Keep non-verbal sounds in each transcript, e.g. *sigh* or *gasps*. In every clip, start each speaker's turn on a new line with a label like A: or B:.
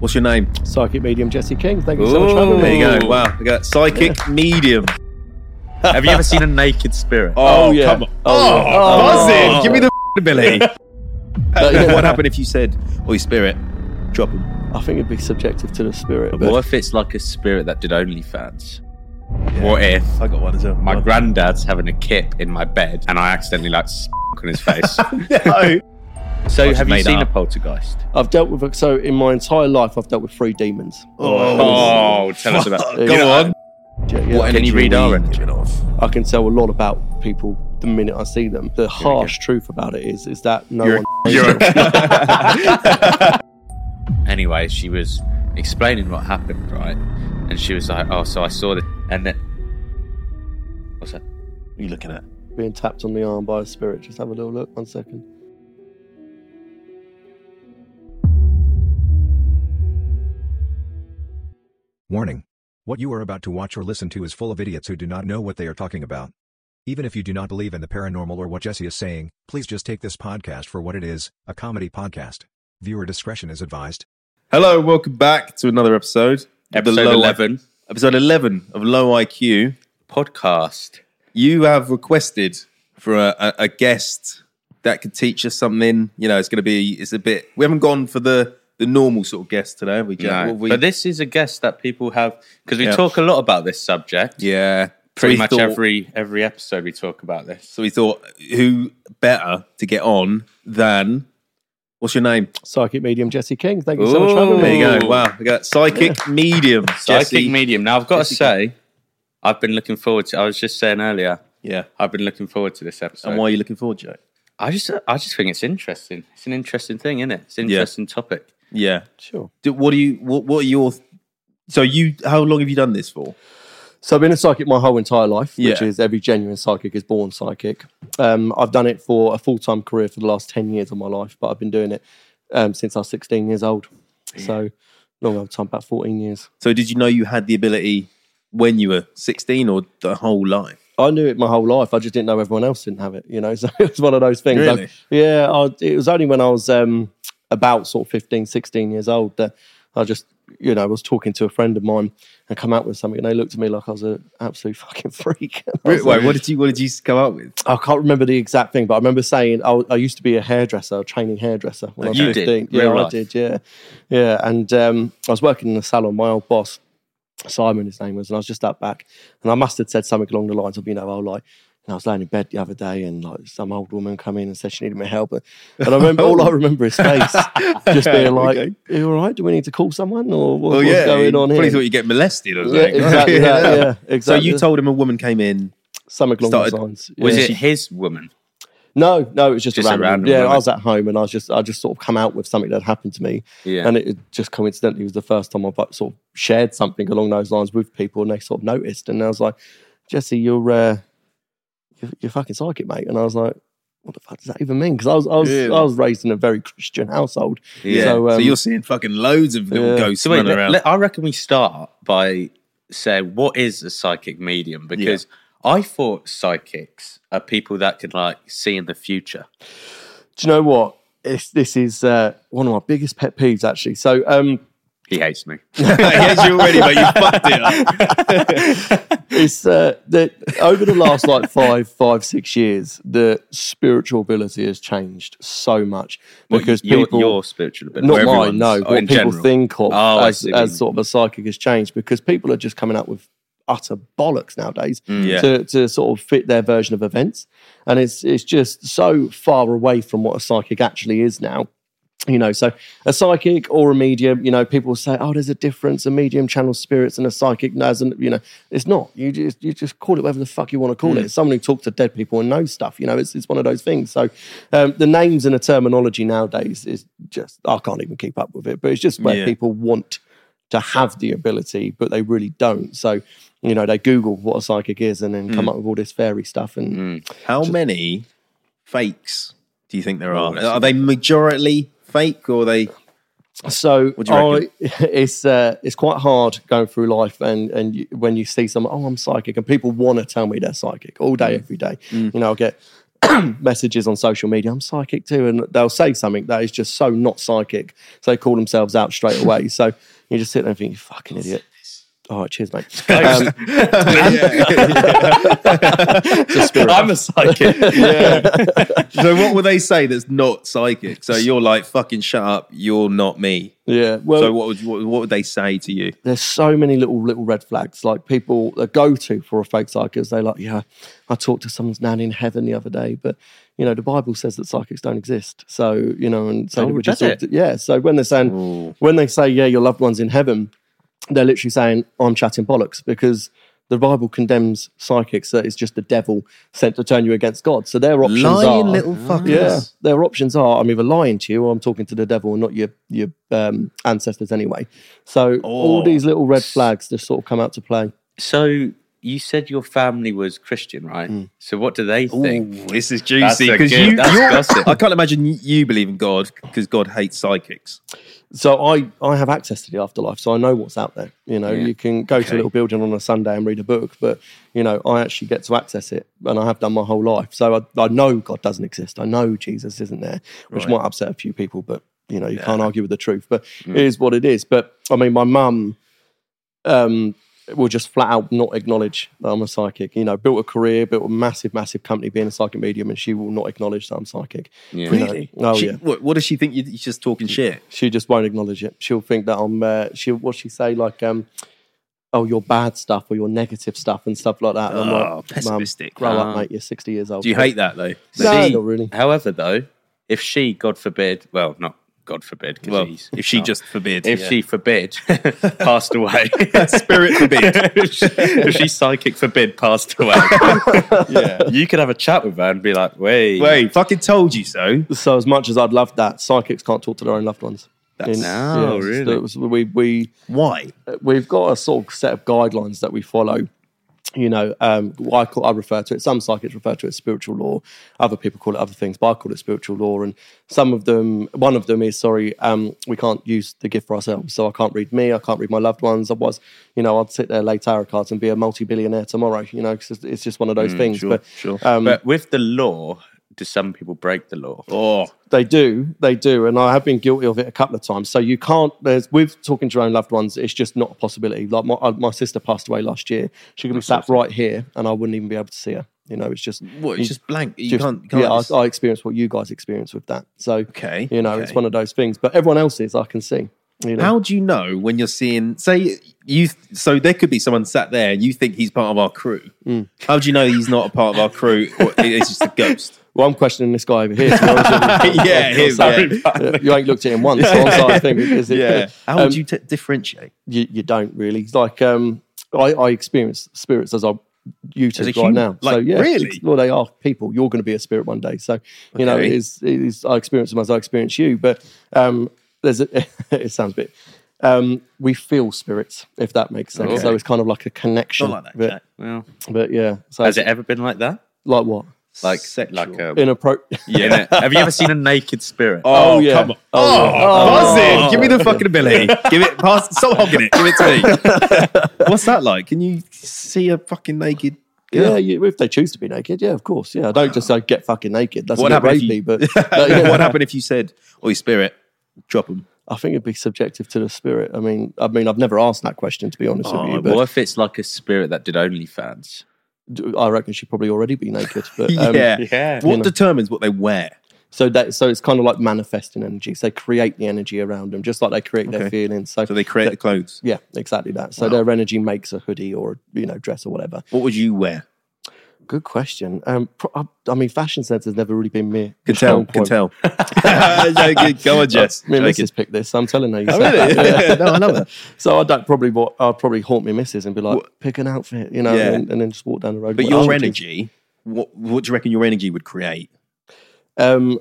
A: What's your name?
B: Psychic medium Jesse King. Thank you so much for having me.
A: There you go. Wow, I got psychic medium.
C: Have you ever *laughs* seen a naked spirit?
A: Oh,
B: yeah.
A: come on.
B: Oh,
A: Oh,
B: yeah.
A: buzzing.
B: Oh.
A: Give me
C: *laughs*
A: the *laughs* Billy.
B: yeah.
A: what happened if you said, "Oi, spirit, drop him"?
B: I think it'd be subjective to the spirit. But
C: What if it's like a spirit that did OnlyFans? What if
A: I got one as well.
C: my granddad's having a kip in my bed and I accidentally like s- on
A: *laughs*
C: his face?
A: no.
C: *laughs* so
A: just
C: have you
A: made
C: seen
A: up.
C: a poltergeist?
B: I've dealt with so in my entire life I've dealt with three demons.
A: Oh,
C: Oh, tell us about.
B: There you
A: go
B: go.
A: on.
B: Yeah, yeah.
A: What
C: Can
A: energy
C: you read
A: are we
C: our energy?
A: giving off?
B: I can tell a lot about people the minute I see them. The harsh truth about it is is that no one
C: anyway, she was explaining what happened, right? And she was like, "Oh, so I saw this," and then what's that?
A: What are you looking at?
B: *laughs* being tapped on the arm by a spirit. Just have a little look. One second.
D: Warning. What you are about to watch or listen to is full of idiots who do not know what they are talking about. Even if you do not believe in the paranormal or what Jesse is saying, please just take this podcast for what it is a comedy podcast. Viewer discretion is advised.
A: Hello, and welcome back to another episode. of the
C: Episode
A: Low-
C: eleven
A: Episode eleven of Low IQ.
C: podcast.
A: You have requested for a, a, a guest that could teach us something. You know, it's going to be. It's a bit. We haven't gone for the the normal sort of guest today, have we? Jack?
C: No.
A: What we-
C: But this is a guess that people have because we
A: Yeah.
C: talk a lot about this subject.
A: yeah,
C: Pretty
A: So we
C: much
A: thought-
C: every every episode we talk about this.
A: So we thought, who better to get on than what's your name?
B: Psychic medium Jesse King. Thank you so much for having
C: Ooh.
B: me.
A: There you go. Wow, we got psychic medium.
C: Psychic
A: Jesse.
C: medium. Now I've got to say, I've been looking forward to. I was just saying earlier,
A: Yeah.
C: I've been looking forward to this episode.
A: And why are you looking forward to it?
C: I just I just think it's interesting. It's an interesting thing, isn't it? It's an
A: Yeah.
C: interesting topic.
A: Yeah.
B: Sure.
A: Do- What do you? What, what are your? So you? How long have you done this for?
B: So I've been a psychic my whole entire life, which
A: Yeah.
B: is every genuine psychic is born psychic. Um, I've done it for a full time career for the last ten years of my life, but I've been doing it um, since I was sixteen years old. So long old time, about fourteen years.
A: So did you know you had the ability when you were sixteen or the whole life?
B: I knew it my whole life. I just didn't know everyone else didn't have it, you know. *laughs* So it was one of those things.
A: Really?
B: Like, yeah, I, it was only when I was um, about sort of 15, 16 years old that I just, you know, was talking to a friend of mine and come out with something, and they looked at me like I was an absolute *laughs* fucking freak. And I was
A: Wait,
B: like-
A: what did you? What did you come up with?
B: I can't remember the exact thing, but I remember saying I, I used to be a hairdresser, a training hairdresser when I was
C: You did?
B: 15. Yeah,
C: Real
B: I
C: life?
B: did. Yeah, yeah. And um, I was working in the salon. My old boss, Simon, his name was, and I was just out back, and I must have said something along the lines of, you know, oh, like. And I was laying in bed the other day, and like some old woman come in and said she needed my help, and I remember all I remember is face just being
A: *laughs*
B: like,
A: Okay.
B: "Are you all right? Do we need to call someone, or what-
A: Well,
B: what's
A: yeah,
B: going on
A: you
B: here?"
A: Probably thought you get molested or
B: yeah,
A: something. *laughs*
B: exactly. that, yeah,
A: So
B: exactly.
A: you told him a woman came in.
B: something along
A: started-
B: those lines.
C: Was
B: yeah.
C: it his woman?
B: No, no, it was just,
C: Just
B: a
C: a
B: random.
C: random
B: yeah, I
C: moment.
B: was at home and I was just, I just sort of come out with something that happened to me,
C: Yeah.
B: and it it just coincidentally was the first time I've like, sort of shared something along those lines with people, and they sort of noticed, and I was like, Jesse, you're, uh, you're, you're fucking psychic, mate, and I was like. What the fuck does that even mean? Because I was I was
A: Yeah.
B: I was raised in a very Christian household.
A: Yeah.
B: So,
A: So,
B: um,
A: you're seeing fucking loads of little
B: yeah.
A: ghosts
C: So wait,
A: running
C: let-
A: around. *laughs*
C: let- I reckon we start by saying what is a psychic medium because I thought psychics are people that could like see in the future.
B: Do you know what? It's, this is uh, one of my biggest pet peeves, actually. So, um,
C: He hates me.
A: yes, you already, but you fucked it up.
B: *laughs* it's uh, that over the last like five, five, six years, the spiritual ability has changed so much because
C: your,
B: people,
C: your spiritual ability,
B: not
C: or
B: mine,
C: everyone's,
B: no,
C: or
B: what
C: in
B: people
C: general.
B: think of
C: Oh, I
B: as,
C: see what you
B: as
C: mean.
B: sort of a psychic has changed because people are just coming out with utter bollocks nowadays
C: Mm,
A: yeah.
B: to, to sort of fit their version of events, and it's it's just so far away from what a psychic actually is now you know so a psychic or a medium you know people say oh there's a difference a medium channels spirits and a psychic knows and you know it's not you just you just call it whatever the fuck you want to call it it's someone who talks to dead people and knows stuff you know it's, it's one of those things so um, the names and the terminology nowadays is just i can't even keep up with it but it's just where
A: Yeah.
B: people want to have the ability but they really don't so you know they google what a psychic is and then come up with all this fairy stuff and
A: How many fakes do you think there are?
C: that's-
A: Are they majority fake or are they?
B: So
A: do you reckon?
B: I, *laughs* it's uh, it's quite hard going through life, and and
A: Mm.
B: you, when you see someone, oh, I'm psychic, and people want to tell me they're psychic all day, every day. You know, I get *clears throat* messages on social media. I'm psychic too, and they'll say something that is just so not psychic. So they call themselves out straight away. so you just sit there and think, you fucking idiot. Oh,
A: *laughs*
B: cheers, mate. Um,
C: I'm a psychic.
A: so what would they say that's not psychic? So you're like, fucking shut up. You're not me.
B: yeah. Well,
A: so what would what, what would they say to you?
B: there's so many little little red flags. Like people that go to for a fake psychic, they're like, yeah, I talked to someone's nan in heaven the other day, but you know the Bible says that psychics don't exist. So you know, and so
C: Oh,
B: do we just
C: does
B: all- yeah. So when they're saying when they say yeah, your loved ones in heaven, they're literally saying I'm chatting bollocks because. The Bible condemns psychics that it's just the devil sent to turn you against God. So their options are
A: Lying little fuckers.
B: yeah, their options are I'm either lying to you or I'm talking to the devil and not your your um, ancestors anyway. So all
A: Oh.
B: these little red flags just sort of come out to play.
C: so you said your family was Christian, right? So what do they think?
A: Mm. Ooh, this is
C: That's a
A: juicy because
C: good-
A: you.
C: that's
A: you're-
C: gossip.
A: I can't imagine you- you believe in God because God hates psychics.
B: So I I have access to the afterlife, so I know what's out there. You know,
C: Yeah.
B: you can go to
A: Okay.
B: a little building on a Sunday and read a book, but you know I actually get to access it, and I have done my whole life. So I, I know God doesn't exist. I know Jesus isn't there, which might upset a few people, but you know you can't argue with the truth. But it is what it is. But I mean, my mum. um, will just flat out not acknowledge that I'm a psychic. You know, built a career, built a massive, massive company being a psychic medium, and she will not acknowledge that I'm psychic.
C: Yeah.
B: You know, Oh,
A: She-
B: yeah.
A: What, what does she think? You, you're just talking shit.
B: She just won't acknowledge it. She'll think that I'm, uh, she'll, what she say, like, um, oh, your bad stuff or your negative stuff and stuff like that. And I'm
A: Oh,
B: like,
A: pessimistic.
B: Mum, grow
C: Ah.
B: up, mate. You're 60 years old.
A: Do you hate that though?
B: No,
C: See,
B: not really.
C: However, though, if she, God forbid, well, not God forbid, 'cause
A: Well,
C: he's
A: if she
C: not-
A: just forbids,
C: if
A: *laughs*
C: she forbid passed away,
A: spirit forbid,
C: *laughs* if, she, if she psychic forbid passed away,
A: *laughs* yeah.
C: you could have a chat with her and be like, wait,
A: Wait, fucking told you so.
B: So as much as I'd love that, psychics can't talk to their own loved ones.
A: That's-
C: No,
B: it's-
C: really?
B: it was- we, we,
A: Why?
B: we've got a sort of set of guidelines that we follow. You know, um, what I call I refer to it. Some psychics refer to it as spiritual law. Other people call it other things, but I call it spiritual law. And some of them, one of them is sorry, um, we can't use the gift for ourselves. So I can't read me. I can't read my loved ones. Otherwise, you know, I'd sit there lay tarot cards and be a multi-billionaire tomorrow. You know, 'cause it's, it's just one of those things. but
A: Mm, sure.
B: Um,
C: But with the law, do some people break the law?
A: Oh,
B: They do, they do, and I have been guilty of it a couple of times. So you can't. There's with talking to your own loved ones, it's just not a possibility. Like my uh, my sister passed away last year. She could be sat right here, and I wouldn't even be able to see her. You know, it's just
A: what?
B: you
A: It's just blank. You
B: just-
A: can't. can't
B: yeah,
A: just-
B: I, I experienced what you guys experienced with that. So
A: Okay,
B: you know,
A: okay.
B: it's one of those things. But everyone else's, I can see. You know,
A: How do you know when you're seeing? Say you. So there could be someone sat there, and you think he's part of our crew.
B: Mm.
A: How do you know he's not a part of our crew? Or it's just a
B: *laughs*
A: ghost.
B: well, I'm questioning this guy over here. To be honest
A: *laughs*
B: with
A: yeah,
B: *laughs*
A: him, yeah.
B: you. you ain't looked at
A: *laughs*
B: him once. So I'm sorry, I think is it,
A: Yeah. How
B: Um,
A: would you t- differentiate?
B: you, you don't really like um I, I experience spirits as I you two
A: As a
B: right
A: human?
B: now. so
A: Like,
B: yeah,
A: really?
B: it's- well they are people. You're going to be a spirit one day. So you know it
A: Okay.
B: is, it is I experience them as I experience you. But um there's a, *laughs* it sounds a bit um we feel spirits if that makes sense. So
C: Okay.
B: it's kind of like a connection.
A: Not like that.
B: but,
A: Jack.
C: Well,
B: but yeah, so
C: has it
B: it's
C: ever been like that?
B: like what
C: Like,
A: Sexual.
C: like a,
B: inappropriate.
C: in a- have you ever seen a naked spirit?
A: *laughs* Oh,
B: yeah.
A: come on.
B: *laughs* Oh, yeah.
A: buzz
C: Oh.
A: it. Give me the fucking ability. *laughs* Give it. Pass. Stop hogging it. Give it to
B: *laughs*
A: me. What's that like? Can you see a fucking naked
B: Yeah,
A: girl?
B: you, if they choose to be naked, yeah, of course. Yeah, I don't just say get fucking naked. That's
A: What
B: a bit
A: happened if
B: rapey,
A: you- *laughs*
B: but, but yeah.
A: what happened if you said, "Oi, spirit, drop him"?
B: I think it'd be subjective to the spirit. I mean, I mean, I've never asked that question to be honest with
A: Oh,
B: you, but
C: What if it's like a spirit that did OnlyFans?
B: d- I reckon she'd probably already be naked.
A: *laughs*
B: But um,
A: yeah.
C: yeah.
A: What
B: You know.
A: determines what they wear?
B: so that so it's kind of like manifesting energy. So they create the energy around them, just like they create
A: Okay.
B: their feelings. So,
A: So they create the clothes.
B: yeah, exactly that. So their energy makes a hoodie or you know dress or whatever.
A: What would you wear?
B: Good question. Um, pro- I, I mean, fashion sense has never really been me.
A: Can tell. Can tell. Joking. Go on, Jess.
B: Me and
A: Joking.
B: Mrs. picked this. I'm telling her. You
A: Oh,
B: said
A: really?
B: that. Yeah.
A: *laughs* no, I love it.
B: So I don't probably. wa- I'll probably haunt me missus and be like, pick an outfit, you know,
A: Yeah.
B: and, and "Oh, then just walk down the road.
A: But
B: What
A: your
B: outfit is-
A: energy. What, what do you reckon your energy would create?
B: Um,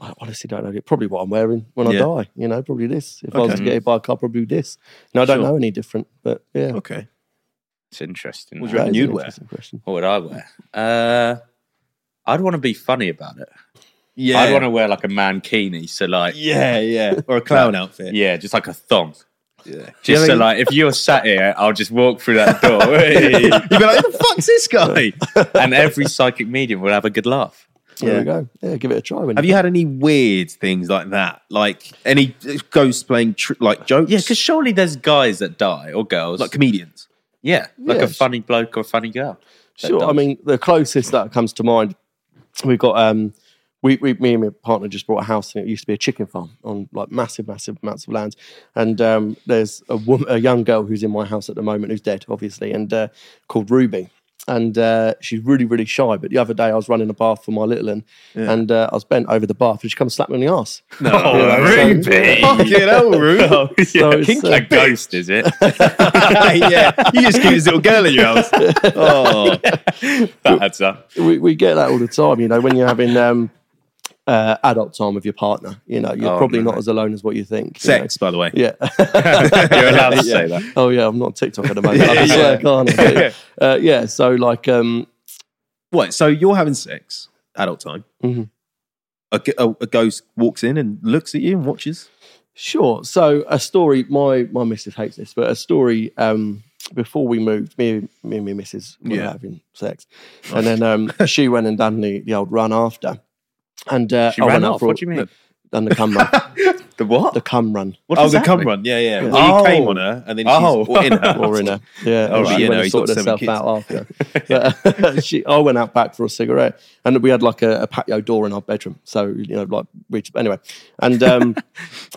B: I honestly don't know. Probably what I'm wearing when
A: Yeah.
B: I die. You know, probably this. If I was
A: Okay.
B: to get hit by a car, probably this. No, I don't
A: Sure.
B: know any different. But yeah,
A: Okay.
C: It's interesting.
A: Would
C: that.
A: you-
B: that is
A: you'd
B: an
A: wear?
B: interesting question.
C: What would I wear? Uh, I'd want to be funny about it.
A: Yeah.
C: I'd want to wear like a mankini, so like yeah,
A: yeah, yeah. Or a clown outfit.
C: just like a thong.
A: Yeah.
C: Just
A: You
C: so,
A: know,
C: like, if you're sat here, I'll just walk through that *laughs* door.
A: You'd be like, who the fuck's this guy?
C: and every psychic medium will have a good laugh.
B: There
A: Yeah.
B: we go. Yeah, give it a try. When
A: Have you had any weird things like that? Like any ghosts playing tr- like jokes?
C: Yeah, because surely there's guys that die or girls.
A: like comedians.
C: yeah, like
B: Yeah.
C: a funny bloke or a funny girl. that
B: Sure. I
C: dies.
B: mean, the closest that comes to mind, we've got um, we, we me and my partner just bought a house, and it used to be a chicken farm on like massive, massive amounts of land. And um, there's a woman, a young girl who's in my house at the moment, who's dead, obviously, and uh, called Ruby. And uh, she's really, really shy. But the other day, I was running a bath for my little one, and uh, I was bent over the bath, and she comes slapped me on the ass.
C: No, oh, Ruby.
A: Fucking hell, Rube.
C: *laughs* yeah.
B: it's,
C: Kinky
B: uh,
C: ghost, is *laughs* it?
A: *laughs* yeah, you just keep this little girl in your house.
B: *laughs*
A: Oh,
C: that adds up.
B: we, we get that all the time, you know, when you're having um, uh, adult time with your partner, you know, you're
C: Oh,
B: probably
C: no,
B: not
C: no.
B: as alone as what you think. you
A: sex, by the way.
B: know. Yeah.
C: *laughs* You're allowed to say that.
B: Oh yeah, I'm not TikTok at the
C: *laughs*
B: moment. I
A: Yeah,
B: swear, can't I? But, uh, yeah, so like, um,
A: What? So you're having sex, adult time.
B: Mhm.
A: A, g- a- a ghost walks in and looks at you and watches.
B: sure. So a story. My my missus hates this, but a story. Um, before we moved, me me and my missus were
A: Yeah.
B: having sex, and then
C: *laughs*
B: um, she went and done the, the old run after, and uh,
C: She
B: I
C: ran
B: went up
C: off.
B: for-
C: What do you mean?
B: Done the cum run.
C: The what? *laughs*
B: the cum run.
C: What
A: oh,
C: does
A: the
C: that
A: cum
C: mean?
A: run. Yeah, yeah.
B: Yeah.
A: Well, you
C: Oh.
A: came on her and then
C: Oh.
A: she's or in her.
B: *laughs* or in a yeah,
A: All
B: and
A: right,
B: she
A: you
B: went
A: know,
B: and
A: he's got
B: sorted herself
A: seven
B: out after.
A: *laughs*
B: But uh, *laughs* she, I went out back for a cigarette, and we had like a, a patio door in our bedroom, so you know, like reach anyway.
A: *laughs*
B: And um,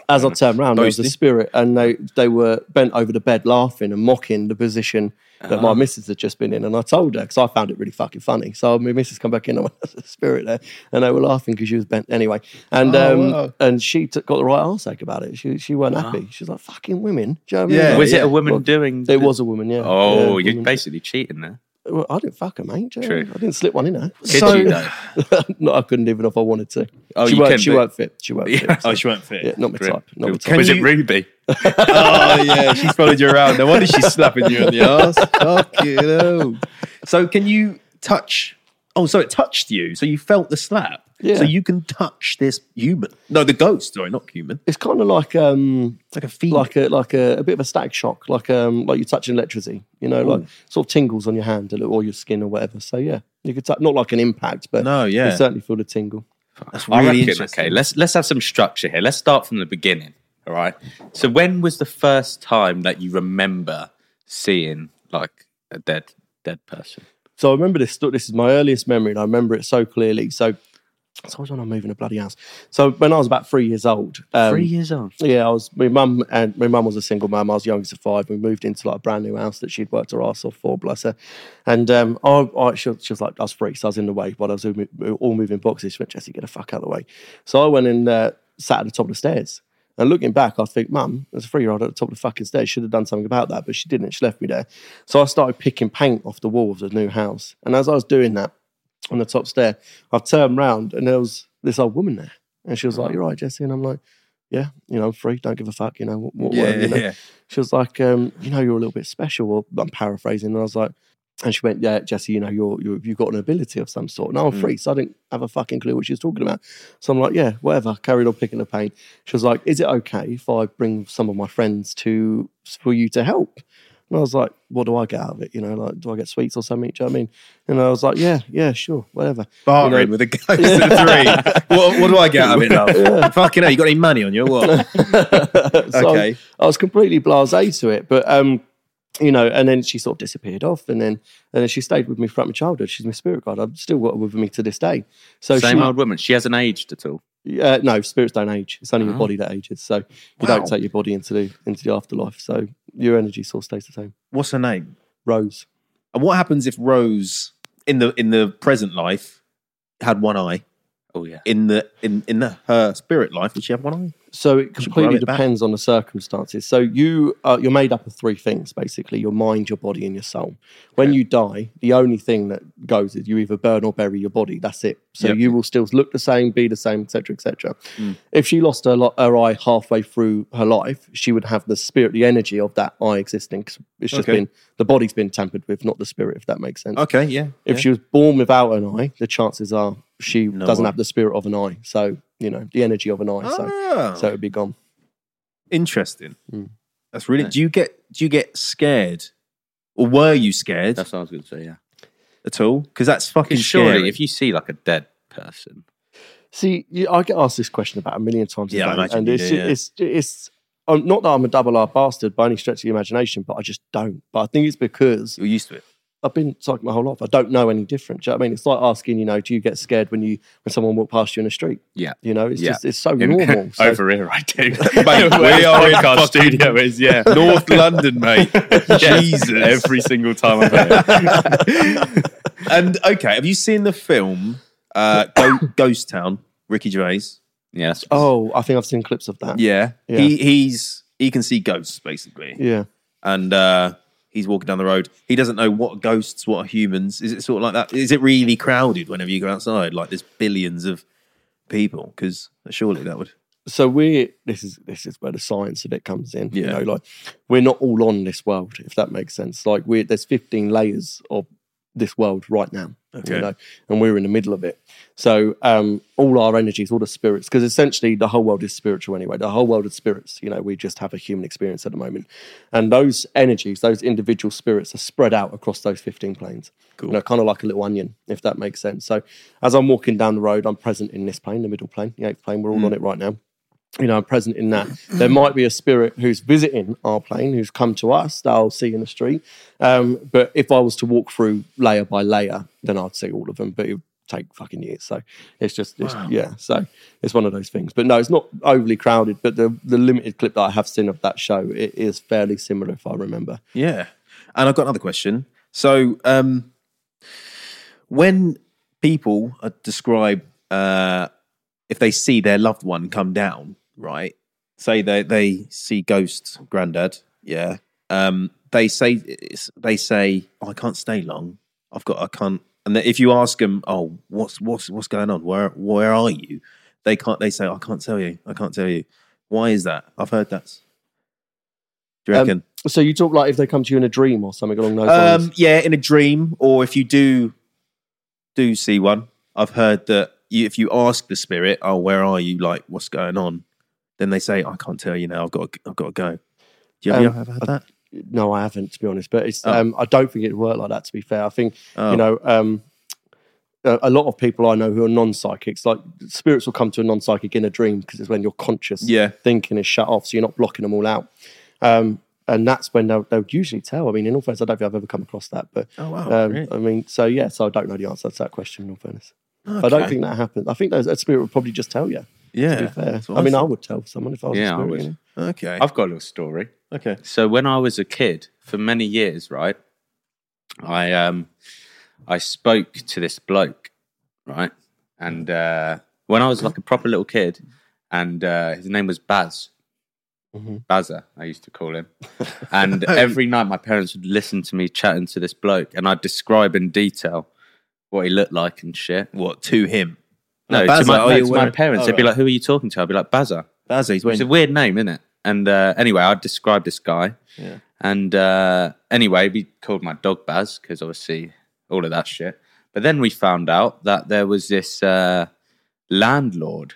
B: as I turned around, there was a
A: Boasty.
B: spirit, and they they were bent over the bed, laughing and mocking the position. That
A: Ah.
B: my missus had just been in, and I told her because I found it really fucking funny. So my missus come back in, *laughs* and went, "There's a spirit there," and they were laughing because she was bent anyway. And
A: Oh,
B: um,
A: wow. Ah.
B: and she took got the right arseache about it. She she weren't happy. She's like, "Fucking women." Do you know what I mean?
A: Yeah,
B: Like,
C: was it
A: yeah.
C: a woman
B: Well,
C: doing?
B: it was a woman, yeah.
C: Oh,
B: yeah,
C: you're
B: woman.
C: basically cheating there.
B: Well, I didn't fuck her, mate. do you know?
C: True.
B: I didn't slip one in her.
C: Did
A: So-
B: *laughs*
C: you though?
B: no, I couldn't even if I wanted to.
C: Oh,
B: she
C: you
B: won't.
C: couldn't
B: She
C: do it.
B: won't fit. She won't
C: *laughs*
B: fit.
A: Oh, she won't fit.
B: Yeah, not my
C: Grim.
B: type. Not my
A: Can
B: type.
C: was it
A: you-
C: Ruby?
A: *laughs* oh yeah, she's followed you around. No wonder she's slapping you in the
B: *laughs*
A: ass. Fuck you. So can you touch? Oh, so it touched you. So you felt the slap.
B: Yeah.
A: So you can touch this human. No, the ghost. Sorry, not human.
B: It's kind of like um,
A: It's like a fiend.
B: like a like a, a bit of a static shock, like um, like you're touching electricity. You know, like sort of tingles on your hand a little, or your skin or whatever. So yeah, you could touch, not like an impact, but
A: No, yeah.
B: you certainly feel the tingle.
A: That's
C: I
A: really
C: reckon,
A: interesting.
C: okay, let's let's have some structure here. Let's start from the beginning. All right. So when was the first time that you remember seeing like a dead dead person?
B: So I remember this. sto- This is my earliest memory, and I remember it so clearly. So. So I was when I'm moving a bloody house. So when I was about three years old, um,
C: Three years old.
B: Yeah, I was. My mum and my mum was a single mum. I was youngest of five. We moved into like a brand new house that she'd worked her ass off for, bless her. And um, I, I she, she was like, I was freaked. So I was in the way, but I was all mo- all moving boxes. She went, Jesse, get the fuck out of the way. So I went and uh, sat at the top of the stairs. And looking back, I think, Mum, as a three-year-old at the top of the fucking stairs, should have done something about that, but she didn't. She left me there. So I started picking paint off the wall of the new house. And as I was doing that on the top stair, I turned round and there was this old woman there. And she was like, You're right, Jesse. And I'm like, Yeah, you know, I'm free, don't give a fuck, you know, what, what,
A: Yeah,
B: whatever, you know.
A: yeah.
B: She was like, um, you know, you're a little bit special. Or I'm paraphrasing. And I was like, and she went, yeah, Jesse, you know, you're, you're you've got an ability of some sort. And I'm free, so I didn't have a fucking clue what she was talking about. So I'm like, yeah, whatever. Carried on picking the paint. She was like, is it okay if I bring some of my friends to for you to help? And I was like, what do I get out of it? You know, like, do I get sweets or something? Do you know what I mean? And I was like, yeah, yeah, sure, whatever.
A: Bartering with a ghost at *laughs* three. What, what do I get out of it, *laughs* love? Fucking hell, you got any money on you? or What?
B: *laughs* So
A: Okay.
B: I was completely blasé to it, but um, you know, and then she sort of disappeared off, and then and then she stayed with me throughout my childhood. She's my spirit guide. I've still got her with me to this day. So
C: Same
B: she,
C: old woman. She hasn't aged at all.
B: uh, no, spirits don't age. It's only your
C: Oh.
B: body that ages. So you
A: Wow.
B: don't take your body into the into the afterlife. So your energy source stays the same.
A: What's her name?
B: Rose.
A: And what happens if Rose in the in the present life had one eye?
C: Oh yeah.
A: In the in in the, her spirit life, did she have one eye?
B: So it
A: Should
B: completely
A: grow it back.
B: depends on the circumstances. So you uh, you're made up of three things basically: your mind, your body, and your soul. When you die, the only thing that goes is you either burn or bury your body. That's it. So
A: Yep.
B: you will still look the same, be the same, etc., etc.
A: Mm.
B: If she lost her, lo- her eye halfway through her life, she would have the spirit, the energy of that eye existing. 'cause it's just
A: Okay.
B: been the body's been tampered with, not the spirit. If that makes sense.
A: Okay, yeah.
B: If she was born without an eye, the chances are she doesn't
A: one.
B: have the spirit of an eye. So Hmm. you know the energy of an eye. So
A: Ah.
B: so it would be gone.
A: Interesting. That's really. Do you get do you get scared, or were you scared
C: That's what I was going to say. Yeah.
A: at all? Because that's fucking
C: Because surely,
A: scary.
C: if you see like a dead person,
B: See, you, I get asked this question about a million times. a
A: Yeah, I
B: day,
A: imagine
B: and
A: you
B: it's,
A: do, yeah.
B: it's it's um, not that I'm a double R bastard by any stretch of the imagination, but I just don't. But I think it's because
A: you're used to it.
B: I've been psych my whole life. I don't know any different. Do you know what I mean? It's like asking, you know, do you get scared when you when someone walks past you in the street?
C: Yeah.
B: You know, it's
C: Yeah.
B: just it's
A: *laughs*
B: so normal. So
C: over here I do. *laughs*
A: Where
C: we
A: this
C: are in
A: podcast
C: our studio is yeah.
A: North London,
C: *laughs*
A: mate.
C: Jesus, every single time I'm here.
A: *laughs* and okay, have you seen the film uh, Go- Ghost Town? Ricky Gervais.
C: Yes.
B: Oh, I think I've seen clips of that.
A: Yeah.
B: Yeah.
A: He he's he can see ghosts basically,
B: Yeah.
A: and uh, he's walking down the road. He doesn't know what are ghosts, what are humans. Is it sort of like that? Is it really crowded whenever you go outside? Like there's billions of people because surely that would.
B: So we're this is this is where the science of it comes in. You
A: Yeah.
B: know, like we're not all on this world, if that makes sense. Like we are there's 15 layers of this world right now.
A: Okay.
B: You know, and we're in the middle of it. So um all our energies, all the spirits, because essentially the whole world is spiritual anyway. The whole world is spirits. You know, we just have a human experience at the moment. And those energies, those individual spirits are spread out across those 15 planes. Cool. You know, kind of like a little onion, if that makes sense. So as I'm walking down the road, I'm present in this plane, the middle plane, the eighth plane, we're all
A: Mm.
B: on it right now you know, present in that. There might be a spirit who's visiting our plane, who's come to us, that I'll see in the street. Um, but if I was to walk through layer by layer, then I'd see all of them, but it would take fucking years. So it's just, it's, yeah, so it's one of those things. But no, it's not overly crowded, but the, the limited clip that I have seen of that show, it is fairly similar if I remember.
A: Yeah. And I've got another question. So, um, when people uh, describe uh, if they see their loved one come down, right? Say they, they see ghost granddad, yeah. Um, they say it's- they say "Oh, I can't stay long. I've got I can't. And if you ask them, oh, what's what's what's going on? Where where are you? They can't. They say I can't tell you. I can't tell you. Why is that? I've heard that. Do you
B: Um,
A: reckon?
B: So you talk like if they come to you in a dream or something along those
A: Um,
B: lines.
A: yeah, in a dream, or if you do do see one, I've heard that you, if you ask the spirit, "Oh, where are you? Like, what's going on?" Then they say, "I can't tell you now. I've got, to, I've got to go." Do you
B: Um,
A: ever have heard that?
B: No, I haven't, to be honest, but it's,
A: Oh.
B: um, I don't think it'd work like that, to be fair. I think
A: Oh,
B: you know um a a lot of people I know who are non-psychics, like spirits will come to a non-psychic in a dream because it's when your conscious
A: Yeah.
B: thinking is shut off, so you're not blocking them all out. Um, and that's when they'll, they'll usually tell. I mean, in all fairness, I don't think I've ever come across that. But
A: Oh, wow,
B: um,
A: really?
B: I mean, so yeah, so I don't know the answer to that question. In all fairness, But I
A: Oh, Okay.
B: don't think that happens. I think those, that spirit would probably just tell you.
A: yeah.
B: To be fair,
A: that's what
B: I mean, I
A: thought.
B: would tell someone if I was
C: Yeah, I
B: a spirit.
C: would.
B: you know?
A: okay,
C: I've got a little story.
A: okay.
C: So when I was a kid, for many years, right, I um, I spoke to this bloke, right, and uh, when I was like a proper little kid, and uh, his name was Baz,
A: Mm-hmm.
B: Mhm.
C: Bazza, I used to call
A: *laughs*
C: him, and every night my parents would listen to me chatting to this bloke, and I'd describe in detail what he looked like and shit.
A: What to him?
C: No,
A: Bazza,
C: to my,
A: oh,
C: no,
A: you
C: to
A: were-
C: my parents,
A: oh,
C: they'd be
A: right.
C: like, "Who are you talking to?" I'd be like, "Bazza."
A: That's he's
C: It's a
A: wearing.
C: weird name, isn't it? And uh, anyway, I described this guy.
A: Yeah.
C: And uh, anyway, we called my dog Baz because obviously all of that shit. But then we found out that there was this uh, landlord.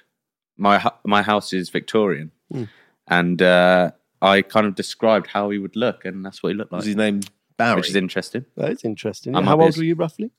C: My hu- my house is Victorian,
A: Hmm.
C: and uh, I kind of described how he would look, and that's what he looked like,
A: Was his name Barry?
C: which is interesting.
B: That is interesting.
C: I might
B: How
C: be a
B: old
C: s-
B: were you roughly?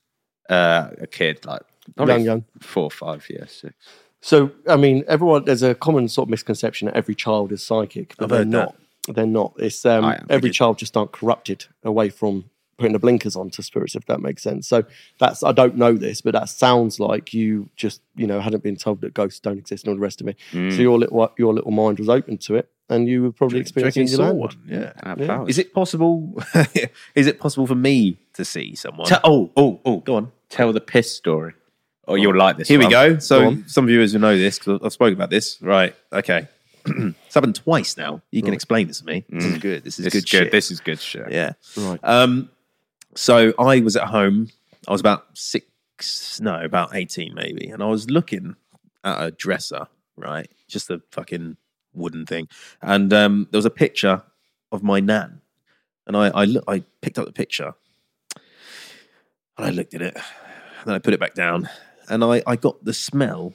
C: Uh, a kid, like probably
B: Young, young.
C: four or five years, six.
B: So, I mean, everyone, there's a common sort of misconception that every child is psychic, but
A: I've
B: they're
A: heard that.
B: not. They're not. It's um,
C: I am.
B: every child just aren't corrupted away from putting the blinkers on to spirits, if that makes sense. So that's, I don't know this, but that sounds like you just, you know, hadn't been told that ghosts don't exist and all the rest of it. So your little, your little mind was open to it and you were probably
A: Do you reckon
B: experiencing
A: he
B: your
A: saw
B: landlord.
A: one? Yeah.
C: I have
B: Yeah.
C: flowers.
A: Is it possible? *laughs* is it possible for me to see someone?
C: Te- oh, oh, oh!
A: Go on.
C: Tell the piss story. Oh, you'll like this.
A: Here we
C: one.
A: go. So some viewers will know this because I've spoken about this. Right. Okay. *clears throat* it's happened twice now. You can explain this to me. This is good. This is
C: This
A: good,
C: is good.
A: shit.
C: This is good shit.
A: yeah.
B: Right.
A: Um, so I was at home. I was about six, no, about 18 maybe. And I was looking at a dresser, right? Just a fucking wooden thing. And um, there was a picture of my nan. And I, I, look, I picked up the picture and I looked at it. And then I put it back down. And I, I got the smell.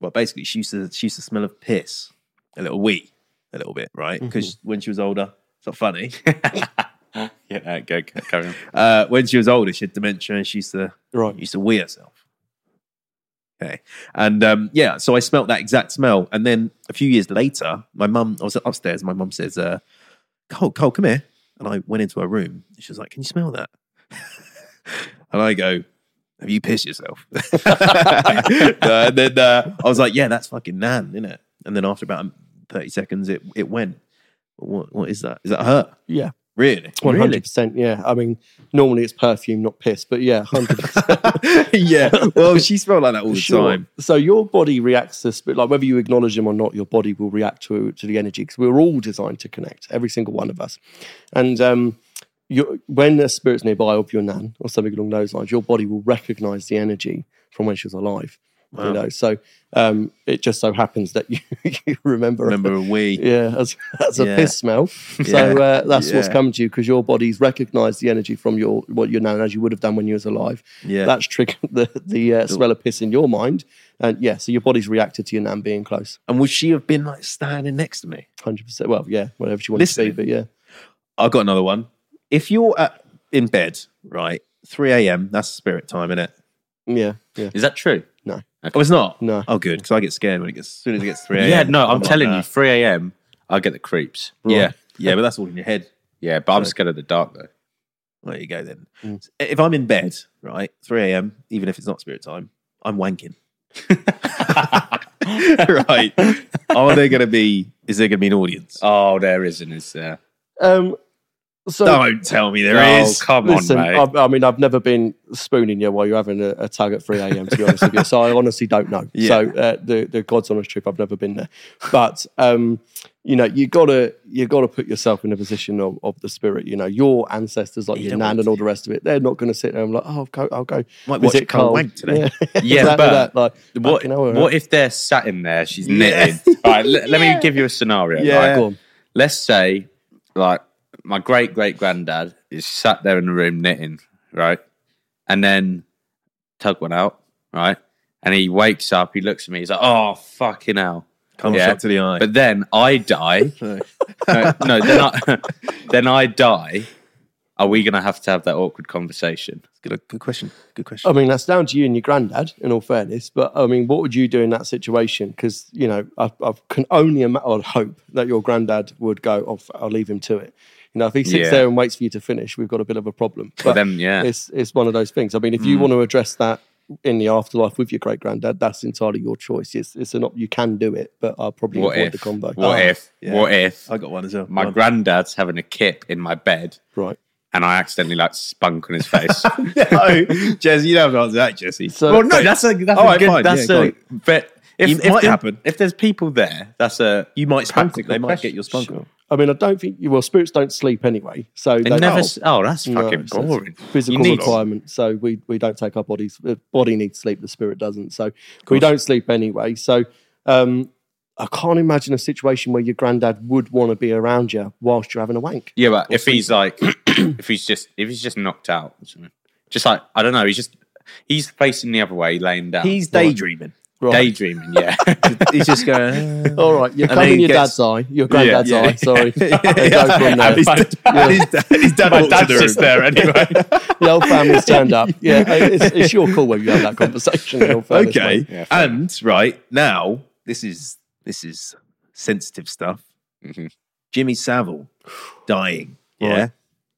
A: Well, basically, she used to, she used to smell of piss, a little wee, a little bit, right? Because when she was older, It's not funny.
C: yeah, no, go, go carry on.
A: Uh, when she was older, she had dementia and she used to
B: Right.
A: used to wee herself. Okay. And um, yeah, so I smelt that exact smell. And then a few years later, my mum, I was upstairs, my mum says, uh, Cole, Cole, come here. And I went into her room. She was like, Can you smell that? *laughs* and I go, Have you pissed yourself? *laughs* and then uh, I was like, Yeah, that's fucking Nan, isn't it? And then after about 30 seconds, it, it went. What, what is that? Is that her?
B: Yeah.
A: Really?
B: One hundred percent. Yeah. I mean, normally it's perfume, not piss, but yeah, hundred percent.
A: *laughs* yeah. Well, she smelled like that all the
B: Sure.
A: time.
B: So your body reacts to spirit, like whether you acknowledge them or not, your body will react to to the energy because we're all designed to connect, every single one of us. And um, you when a spirit's nearby of your nan or something along those lines, your body will recognize the energy from when she was alive. You know, so um, it just so happens that *laughs* you, you remember,
A: Remember a wee?
B: *laughs* Yeah, that's, that's a
A: Yeah.
B: piss
A: *laughs*
B: smell. So
A: Yeah.
B: uh, that's what's
A: Yeah.
B: come to you because your body's recognised the energy from your what your nan as you would have done when you was alive.
A: Yeah.
B: that's triggered *laughs* the the uh, smell of piss in your mind, and yeah, so your body's reacted to your nan being close.
A: And would she have been like standing next to me?
B: Hundred percent. Well, yeah, whatever you want to be,
A: Listening.
B: but yeah,
A: I've got another one. If you're at, in bed, right, 3 a.m., that's spirit time, isn't it?
B: yeah, yeah.
C: *laughs* Is that true?
A: Oh, it's not?
B: No.
A: Oh, good. Because I get scared when it gets, as soon as it gets 3
C: Yeah,
A: a.m.
C: no, I'm,
A: like,
C: telling
A: nah.
C: you, 3 a.m. I get the creeps.
A: Yeah. Yeah, but that's all in your head.
C: Yeah, but I'm scared of the dark though.
A: There you go then. If I'm in bed, right, 3 a.m., even if it's not spirit time, I'm
C: *laughs*
A: wanking. *laughs* right. Are there going to be, is there going to be an audience?
C: Oh, there isn't, is there?
B: Um, so
A: Don't tell me there
C: oh,
A: is.
C: come
B: Listen,
C: on, mate.
B: I, I mean, I've never been spooning you while you're having a, a tug at 3 a.m., to be honest with you. So I honestly don't know.
A: Yeah.
B: So uh, the, the God's honest truth, I've never been there. But, um, you know, you gotta you gotta put yourself in a position of, of the spirit. You know, your ancestors, like your
A: don't
B: nan
A: want
B: and all the rest of it, they're not going to sit there and be like, oh, I'll go, I'll go
A: Might
B: visit
A: watch Carl
B: Carl.
A: Wank
B: *laughs*
A: today.
B: Yeah,
C: Yeah,
B: exactly
C: but
B: that, like,
C: What,
B: fucking hell, all
C: what
B: right.
C: if they're sat in there? She's
A: Yeah.
C: *laughs* knitting. All right, let, let me give you a scenario.
A: Yeah.
C: right?
B: Go on.
C: let's say, like, my great great granddad is sat there in the room knitting, right? And then tug one out, right? And he wakes up, he looks at me, he's like, oh, fucking hell.
A: Come
C: Yeah.
A: shot to the eye.
C: But then I die. no, no, then I, *laughs* then I die. Are we going to have to have that awkward conversation?
A: good, good question. Good question.
B: I mean, that's down to you and your granddad, in all fairness. But I mean, what would you do in that situation? Because, you know, I, I can only ima- I'd hope that your granddad would go, oh, f- I'll leave him to it. You know, if he sits
C: Yeah.
B: there and waits for you to finish, we've got a bit of a problem. But
C: Well, then, yeah. Mm.
B: it's, it's one of those things. I mean, if you want to address that in the afterlife with your great granddad, that's entirely your choice. It's, it's an op- you can do it, but I'll probably
C: What
B: avoid
C: if?
B: the combo.
C: What
B: Ah,
C: if?
A: yeah.
C: What if?
A: I got one as well.
C: My
A: Go on.
C: granddad's having a kip in my bed,
B: Right.
C: and I accidentally like
A: *laughs*
C: spunk on his face.
A: no, *laughs* Jesse, you don't have to answer that, Jesse.
B: So-
C: well, no, that's a that's
A: All
C: a
A: right,
C: good.
A: fine.
C: That's
A: Yeah,
C: a
A: go
C: but if,
A: It
C: if
A: might
C: there-
A: happen.
C: If there's people there, that's a
A: you might spunk. They
C: Practical
A: might
C: question.
A: get your spunk. on.
B: I mean, I don't think, well, spirits don't sleep anyway. So
C: they
B: they
C: never. s- Oh, that's
B: No,
C: fucking
B: it's- it's
C: boring.
B: physical
C: You need-
B: requirement. So we, we don't take our bodies. The body needs sleep. The spirit doesn't. So we don't sleep anyway. So um, I can't imagine a situation where your granddad would want to be around you whilst you're having a wank.
C: Yeah, but if he's like, *clears throat* if he's just if he's just knocked out, or something. just like I don't know, he's just he's facing the other way, laying down.
A: He's daydreaming.
B: Right.
C: daydreaming.
B: *laughs*
C: Yeah,
A: *laughs*
C: *laughs*
A: He's just going. *laughs* "Oh."
B: All right. You're
A: And
B: coming
A: then
B: in your
A: he gets-
B: dad's eye. Your
A: *laughs*
B: granddad's
A: yeah.
B: eye.
C: *laughs*
B: Sorry. They go from there. *laughs*
A: And his,
C: My-
A: and his dad, his dad
C: my
A: walks
C: dad's
A: in the
C: just
A: room.
C: there anyway.
B: The whole family's turned up. Yeah. uh, It's, it's your call when you have that conversation. in all fairness,
A: Okay,
B: mate.
C: Yeah, fair
A: and right now this is this is sensitive stuff.
C: Mhm.
A: Jimmy Savile dying. Mm-hmm. Yeah,
B: Right.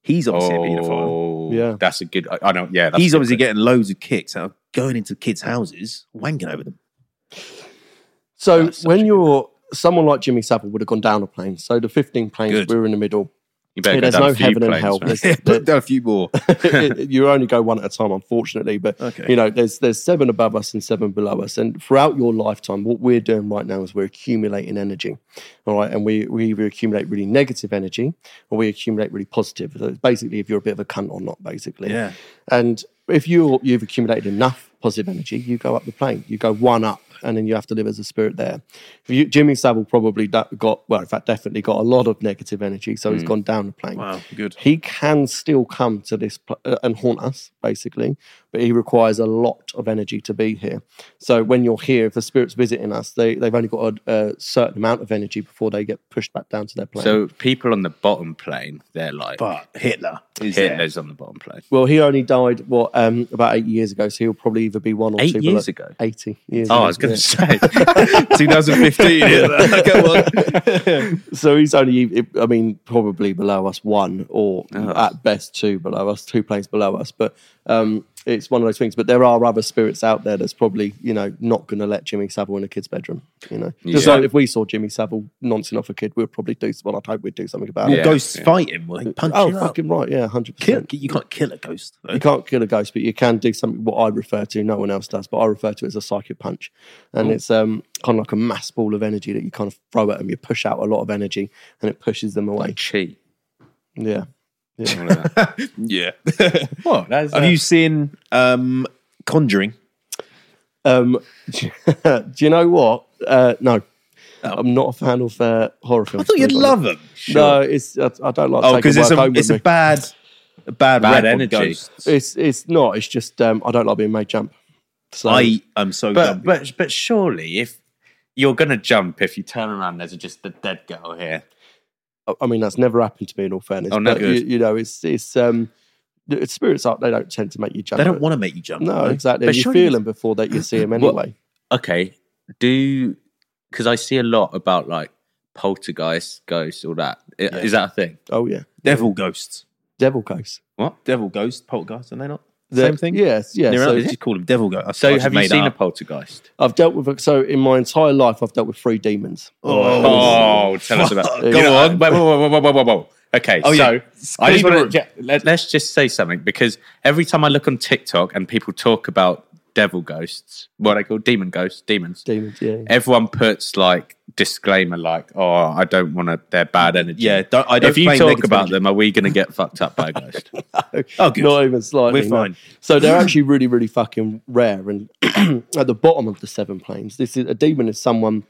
A: he's obviously a paedophile.
C: Oh,
B: Yeah.
C: that's a good. I, I don't. Yeah, that's
A: He's
C: a good
A: obviously getting loads of kicks out of going into kids' houses, wanking over *laughs* them.
B: So
C: That's such a
B: when
C: good
B: you're someone like Jimmy Savile would have gone down a plane. So the 15 planes,
A: Good.
B: we were in the middle.
C: You
B: Yeah,
C: better go
B: there's
C: down
B: no
C: a few
B: heaven and
C: planes,
B: hell.
C: man. *laughs*
B: There's- there-
A: down a few more.
B: *laughs* you only go one at a time, unfortunately. But
A: Okay.
B: you know, there's there's seven above us and seven below us, and throughout your lifetime, what we're doing right now is we're accumulating energy, all right. And we we either accumulate really negative energy or we accumulate really positive. So it's basically, if you're a bit of a cunt or not, basically.
A: Yeah.
B: And if you you've accumulated enough positive energy, you go up the plane. You go one up. and then you have to live as a spirit there. You, Jimmy Savile probably da- got, well, in fact, definitely got a lot of negative energy, so
C: Mm.
B: he's gone down the plane.
A: Wow, good.
B: He can still come to this pl- uh, and haunt us, basically, but he requires a lot of energy to be here. So when you're here, if the spirit's visiting us, they, they've only got a, a certain amount of energy before they get pushed back down to their plane.
C: So people on the bottom plane, they're
A: *laughs*
C: like
A: But Hitler is there.
C: Hitler's on the bottom plane.
B: well, he only died, what, um, about eight years ago, so he'll probably either be one or
C: Eight
B: two.
C: years
B: below-
C: ago?
B: 80 years
C: Oh,
B: ago.
C: I was going
B: yeah.
C: to say
B: *laughs*
C: *laughs* 2015. Hitler. Go on.
B: so he's only, e, I mean, probably below us one or
C: Oh.
B: at best two below us, two planes below us. But um, it's one of those things. But there are other spirits out there that's probably, you know, not going to let Jimmy Savile in a kid's bedroom. You know, just
C: Yeah.
B: like if we saw Jimmy Savile noncing off a kid, we'd probably do. Well, I'd hope we'd do something about
A: Will
B: it.
C: Yeah,
A: ghosts
C: yeah.
A: fight him? Will they punch
B: Oh,
A: him up?
B: fucking right, yeah, hundred
A: Kill,
B: percent.
A: you can't kill a ghost. Though.
B: You can't kill a ghost, but you can do something what I refer to, no one else does, but I refer to it as a psychic punch. And it's um, kind of like a mass ball of energy that you kind of throw at them. You push out a lot of energy and it pushes them away.
C: *laughs* Cheat.
B: Yeah.
C: All of that.
A: *laughs* Yeah.
C: What? That's,
A: Have
C: uh,
A: you seen um, Conjuring?
B: Um, *laughs* do you know what? Uh, no, I'm not a fan of uh, horror
A: Oh.
B: films.
A: I thought you'd
B: to be
A: love them.
B: honest. No, it's I, I don't like.
A: Oh,
B: taking
A: because
B: work
A: it's a
B: home
A: it's
B: with
A: a
B: me.
A: bad a bad,
C: Bad
A: rep on
C: energy.
A: ghosts.
B: It's it's not. It's just um, I don't like being made jump. So
A: I am so
C: but
A: dumb.
C: but but surely if you're gonna jump if you turn around, there's just the dead girl here.
B: I- I mean that's never happened to me. In all fairness,
C: Oh, no
B: but
C: good.
B: You, you know, it's it's um, the spirits up. They don't tend to make you jump.
A: they don't want to make you jump.
B: No,
A: do they?
B: exactly.
C: But
B: you
C: surely-
B: feel them before that you see them
C: Well,
B: anyway.
C: Okay, do because I see a lot about like poltergeists, ghosts, all that. I- Is
A: Yeah.
C: that a thing?
B: oh yeah,
A: Devil ghosts.
B: devil ghost.
C: What?
A: Devil ghost, poltergeist, are they not?
B: The-
A: Same thing?
B: Yes, yes.
A: Near
B: so
A: enough,
B: it's
A: just call them devil ghost. I- I
C: So
A: just
C: have you
A: made
C: seen a
A: up.
C: poltergeist?
B: I've dealt with so in my entire life I've dealt with three demons.
C: Oh, tell us about.
A: Fuck.
C: Go
B: Go
C: on. Wait, whoa, whoa, whoa, whoa, whoa, whoa. Okay,
A: Oh, yeah.
C: so I
A: Clean
C: just
A: the
C: wanna,
A: room.
C: yeah, let, us just say something because every time I look on TikTok and people talk about devil ghosts, what I call demon ghosts, demons,
B: Demons, yeah.
C: everyone puts like disclaimer, like, "Oh, I don't want to. They're bad energy."
A: Yeah, don't, I don't
C: if you
A: claim
C: talk
A: negative
C: about
A: energy.
C: them, are we going to get fucked up by a *laughs* ghost?
A: Oh, good.
B: Not even slightly.
A: We're
B: no.
A: fine.
B: So they're actually really, really fucking rare. And *clears throat* at the bottom of the seven planes, this is a demon is someone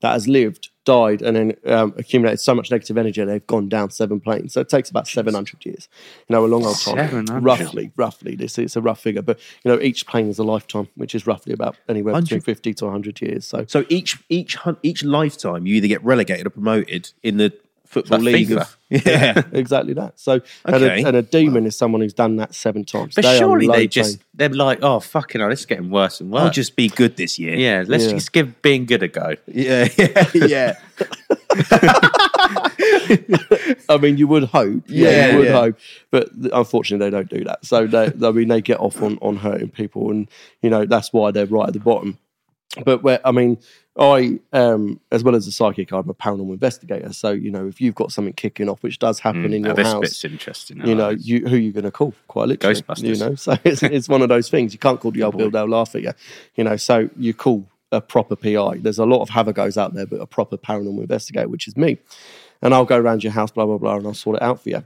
B: that has lived, died, and then um, accumulated so much negative energy they've gone down seven planes. So it takes about seven hundred years. You know, a long old time.
C: 700.
B: Roughly, roughly. This it's a rough figure, but you know, each plane is a lifetime, which is roughly about anywhere between
A: 100.
B: fifty to hundred years. So
A: So each each hun- each lifetime, you either get relegated or promoted in the football
C: Like
A: league. Of, *laughs* yeah,
B: exactly that. So and,
A: Okay.
B: a, and a demon is someone who's done that seven times.
C: But
B: They are
C: surely
B: low
C: they
B: plane.
C: just—they're like, "Oh, fucking hell, it's getting worse and worse."
A: I'll just be good this year.
C: yeah, let's
B: Yeah.
C: just give being good a go.
A: *laughs* yeah, yeah,
C: *laughs*
A: yeah.
B: I mean, you would hope. Yeah,
A: Yeah,
B: you would
A: yeah.
B: hope. But th- unfortunately, they don't do that. So, they, I mean, they get off on, on hurting people. And, you know, that's why they're right at the bottom. But, where, I mean, I, um, as well as a psychic, I'm a paranormal investigator. So, you know, if you've got something kicking off, which does happen in
C: Now,
B: your
C: this
B: house,
C: bit's interesting.
B: you know,
C: Alright.
B: you, who are you going to call? Quite literally,
C: Ghostbusters.
B: You know, so *laughs* it's, it's one of those things. You can't call the old Bill They'll laugh at you. You know, so you call a proper PI. There's a lot of havagos out there, but a proper paranormal investigator, which is me, and I'll go around your house, blah blah blah, and I'll sort it out for you.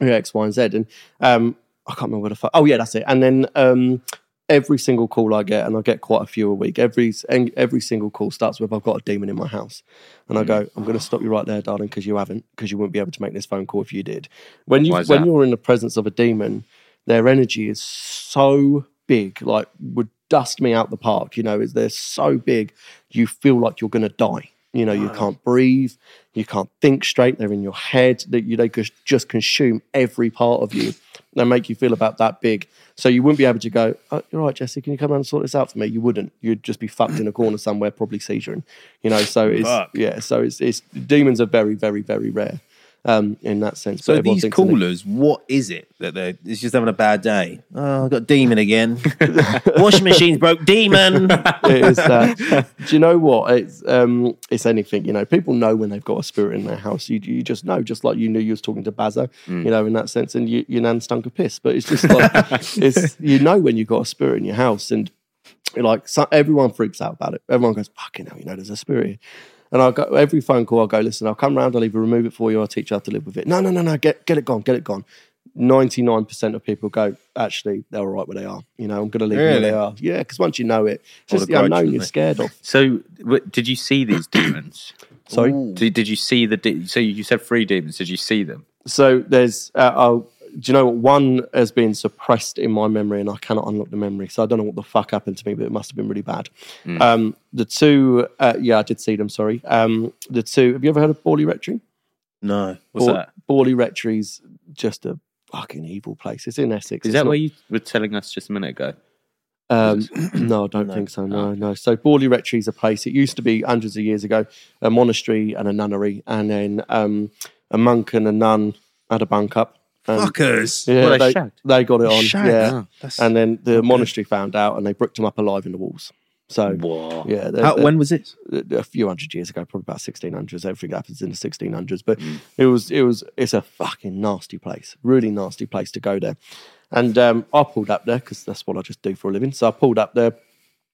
B: Yeah, X, Y, and Z, and um, I can't remember what the fuck. Oh yeah, that's it. And then um, every single call I get, and I get quite a few a week. Every and every single call starts with "I've got a demon in my house," and I go, "I'm going to stop you right there, darling, because you haven't, because you wouldn't be able to make this phone call if you did." When you
C: Why is
B: when
C: that?
B: you're in the presence of a demon, their energy is so big, like would dust me out the park. You know, is they're so big, you feel like you're going to die. You know, you can't breathe, you can't think straight. They're in your head. That you they just just consume every part of you. They make you feel about that big. So you wouldn't be able to go. Oh, you're right, Jesse. Can you come around and sort this out for me? You wouldn't. You'd just be fucked in a corner somewhere, probably seizuring. You know. So it's
A: Fuck.
B: yeah. So it's it's demons are very very very rare. Um, in that sense,
A: So
B: But everyone
A: these
B: thinks they're-
A: callers, what is it that they're? It's just having a bad day. Oh, I've got demon again. *laughs* Washing machine's broke.
C: *laughs*
A: Demon.
B: *laughs* it is that. Do you know what? It's um, it's anything. You know, people know when they've got a spirit in their house. You you just know, just like you knew you was talking to Bazza. You know, in that sense, and you, your nan stunk a piss. But it's just like it's you know when you've got a spirit in your house, and like so, everyone freaks out about it. Everyone goes, "Fucking hell!" You know, there's a spirit. Here. And I'll go every phone call. I'll go, "Listen, I'll come round. I'll either remove it for you, or I'll teach you how to live with it." No, no, no, no. Get get it gone. Get it gone. 99% of people go, actually, they're all right where they are. You know, I'm going to leave them where
A: Really?
B: they are. Yeah, because once you know it, it's
A: Hold
B: just
A: a
B: the
A: grudge,
B: unknown you're
A: don't they?
B: scared of.
C: So, w- did you see these *coughs* demons?
B: Sorry?
C: Did, did you see the? De- so you said three demons. Did you see them?
B: So there's, uh, oh, do you know what? One has been suppressed in my memory and I cannot unlock the memory. So I don't know what the fuck happened to me, but it must have been really bad.
C: Hmm.
B: Um, the two, uh, yeah, I did see them, sorry. Um, the two, have you ever heard of Borley Rectory?
A: No. What's
B: Bor-
A: that?
B: Borley Rectory's just a fucking evil place. It's in Essex.
C: Is
B: It's
C: that
B: not-
C: where you were telling us just a minute ago?
B: Um, *clears throat* no, I don't
A: No.
B: think so.
C: Oh.
B: No, no. So Borley Rectory is a place. It used to be hundreds of years ago, a monastery and a nunnery, and then um, a monk and a nun had a bunk up. and-
A: Fuckers.
B: Yeah,
C: Well, they
B: they,
C: shagged.
B: they got it on.
A: Shag.
B: Yeah,
A: Ah, That's-
B: and then the monastery found out, and they bricked them up alive in the walls. So
C: Whoa.
B: yeah, they-
A: How,
B: they-
A: when was it?
B: a few hundred years ago, probably about 1600s. Everything happens in the 1600s, but it was it was it's a fucking nasty place, really nasty place to go there. And um, I pulled up there because that's what I just do for a living. So I pulled up there,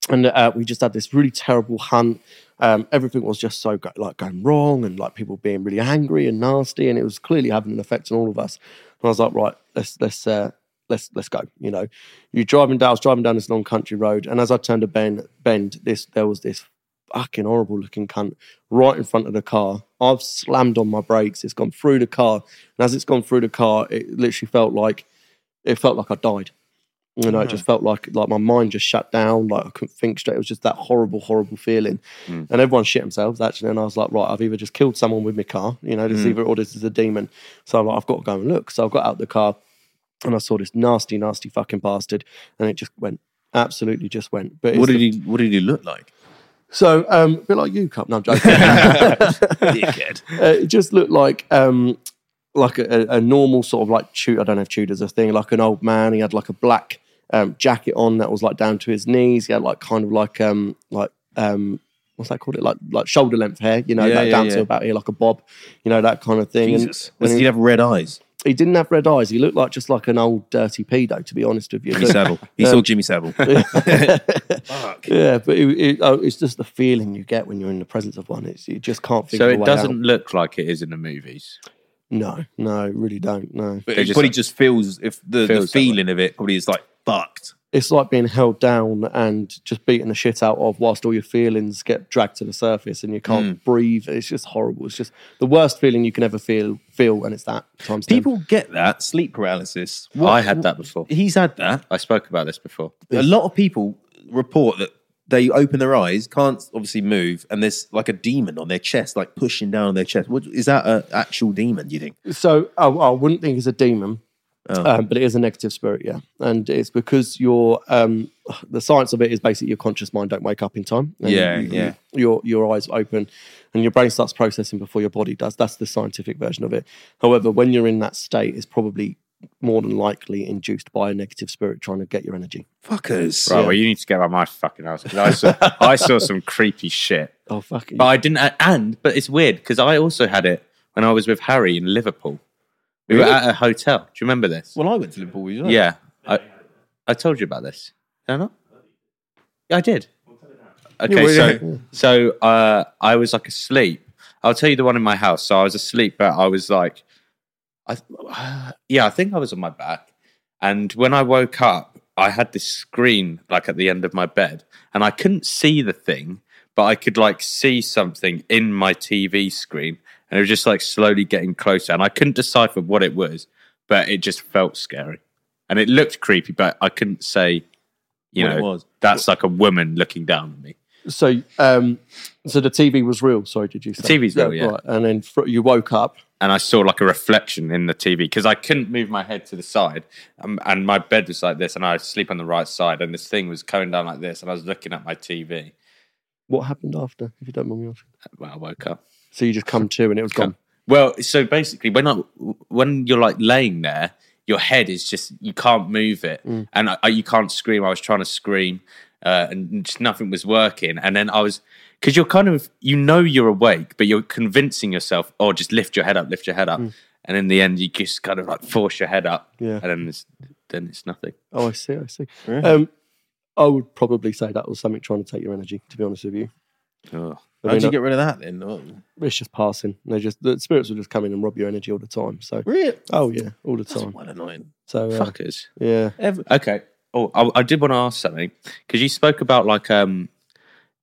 B: and uh, we just had this really terrible hunt. Um, everything was just so go- like going wrong, and like people being really angry and nasty, and it was clearly having an effect on all of us. And I was like, right, let's let's. Uh, Let's let's go. You know, you're driving down. I was driving down this long country road, and as I turned a bend, bend this there was this fucking horrible looking cunt right in front of the car. I've slammed on my brakes. It's gone through the car, and as it's gone through the car, it literally felt like it felt like I died. You know, it just
A: Hmm.
B: felt like like my mind just shut down. Like I couldn't think straight. It was just that horrible, horrible feeling.
A: Hmm.
B: And everyone shit themselves actually. And I was like, right, I've either just killed someone with my car. You know, this
A: Hmm.
B: is either or this is a demon. So I'm like, I've got to go and look. So I got out the car and I saw this nasty, nasty fucking bastard, and it just went. Absolutely, just went. But it's
A: What
B: the
A: did he? What did he look
C: *laughs*
A: like?
B: so, um, a bit like you, cup. No,
A: *laughs*
B: I'm joking. Uh,
A: Dickhead.
B: it just looked like um, like a, a normal sort of like Tudor. I don't know if Tudor's a thing. Like an old man. He had like a black um, jacket on that was like down to his knees. He had like kind of like um like um what's that called? It like like shoulder length hair. You know,
A: Yeah,
B: like
A: yeah,
B: down
A: yeah.
B: to about here, like a bob. You know that kind of thing. And-
A: Jesus.
B: And,
A: Does he
B: he,
A: have red eyes?
B: he didn't have red eyes. He looked like just like an old dirty pedo. To be honest with you,
A: *laughs*
C: *laughs*
A: Jimmy Savile. He
C: Um,
A: saw Jimmy Savile. Fuck.
B: Yeah, but *laughs* it, it, oh, it's just the feeling you get when you're in the presence of one. It's, you just can't figure
C: So
B: a
C: it
B: way
C: doesn't
B: Out.
C: look like it is in the movies.
B: No, no, really don't. No,
A: But
C: They
A: it
C: just-
A: probably just feels if the,
C: Feels that
A: the
C: way.
A: feeling of it probably is like fucked.
B: it's like being held down and just beaten the shit out of, whilst all your feelings get dragged to the surface and you can't breathe. It's just horrible. It's just the worst feeling you can ever feel. Feel, and it's that times ten.
A: People get that sleep paralysis.
C: I had that before.
A: He's had that.
C: I spoke about this before.
A: A lot of people report that they open their eyes, can't obviously move, and there's like a demon on their chest, like pushing down on their chest. What is that? An actual demon? Do you think?
B: So I, I wouldn't think it's a demon, um, but it is a negative spirit, yeah. And it's because your um, the science of it is basically your conscious mind don't wake up in time. And
A: Yeah,
B: you-
A: yeah.
B: Your your eyes open, and your brain starts processing before your body does. That's the scientific version of it. However, when you're in that state, it's probably more than likely induced by a negative spirit trying to get your energy.
A: Fuckers.
C: Right, well, you need to get out of my fucking house because I saw, I saw some creepy shit.
B: Oh fuck! it.
C: But I didn't, and, but it's weird because I also had it when I was with Harry in Liverpool. We were at a hotel. Do you remember this?
A: Well, I went to Liverpool. You know?
C: Yeah, I, I told you about this. Did I not? Yeah, I did. Okay, so so uh, I was like asleep. I'll tell you the one in my house. So I was asleep, but I was like, I, *sighs* yeah, I think I was on my back. And when I woke up, I had this screen like at the end of my bed, and I couldn't see the thing, but I could like see something in my TV screen, and it was just like slowly getting closer, and I couldn't decipher what it was, but it just felt scary, and it looked creepy, but I couldn't say, you
A: What it
C: know,
A: was.
C: that's like a woman looking down at me.
B: so um, so the TV was real. Sorry, did you say
C: TV's real, yeah.
B: And then fr- you woke up.
C: and I saw like a reflection in the TV because I couldn't move my head to the side, um, and my bed was like this, and I sleep on the right side, and this thing was going down like this, and I was looking at my TV.
B: What happened after? If you don't mind me asking.
C: Well, I woke up.
B: So you just come to and it was gone.
C: Well, so basically, when I when you're like laying there, your head is just you can't move it,
B: Mm.
C: and I, I- you can't scream. I was trying to scream, uh, and just nothing was working. And then I was because you're kind of you know you're awake, but you're convincing yourself, oh, just lift your head up, lift your head up. And in the end, you just kind of like force your head up,
B: Mm. Yeah.
C: and then it's, then it's nothing.
B: Oh, I see. I see. Um, I would probably say that was something trying to take your energy. To be honest with you,
C: Oh,
A: How
B: I
A: would you
B: mean,
A: get rid of that then? Oh.
B: It's just passing. They just the spirits will just come in and rob your energy all the time. So
A: Really?
B: oh yeah, all the
A: That's
B: time.
A: quite annoying.
B: So uh,
C: fuckers.
B: yeah,
A: Every,
C: Okay. Oh, I, I did want to ask something because you spoke about like um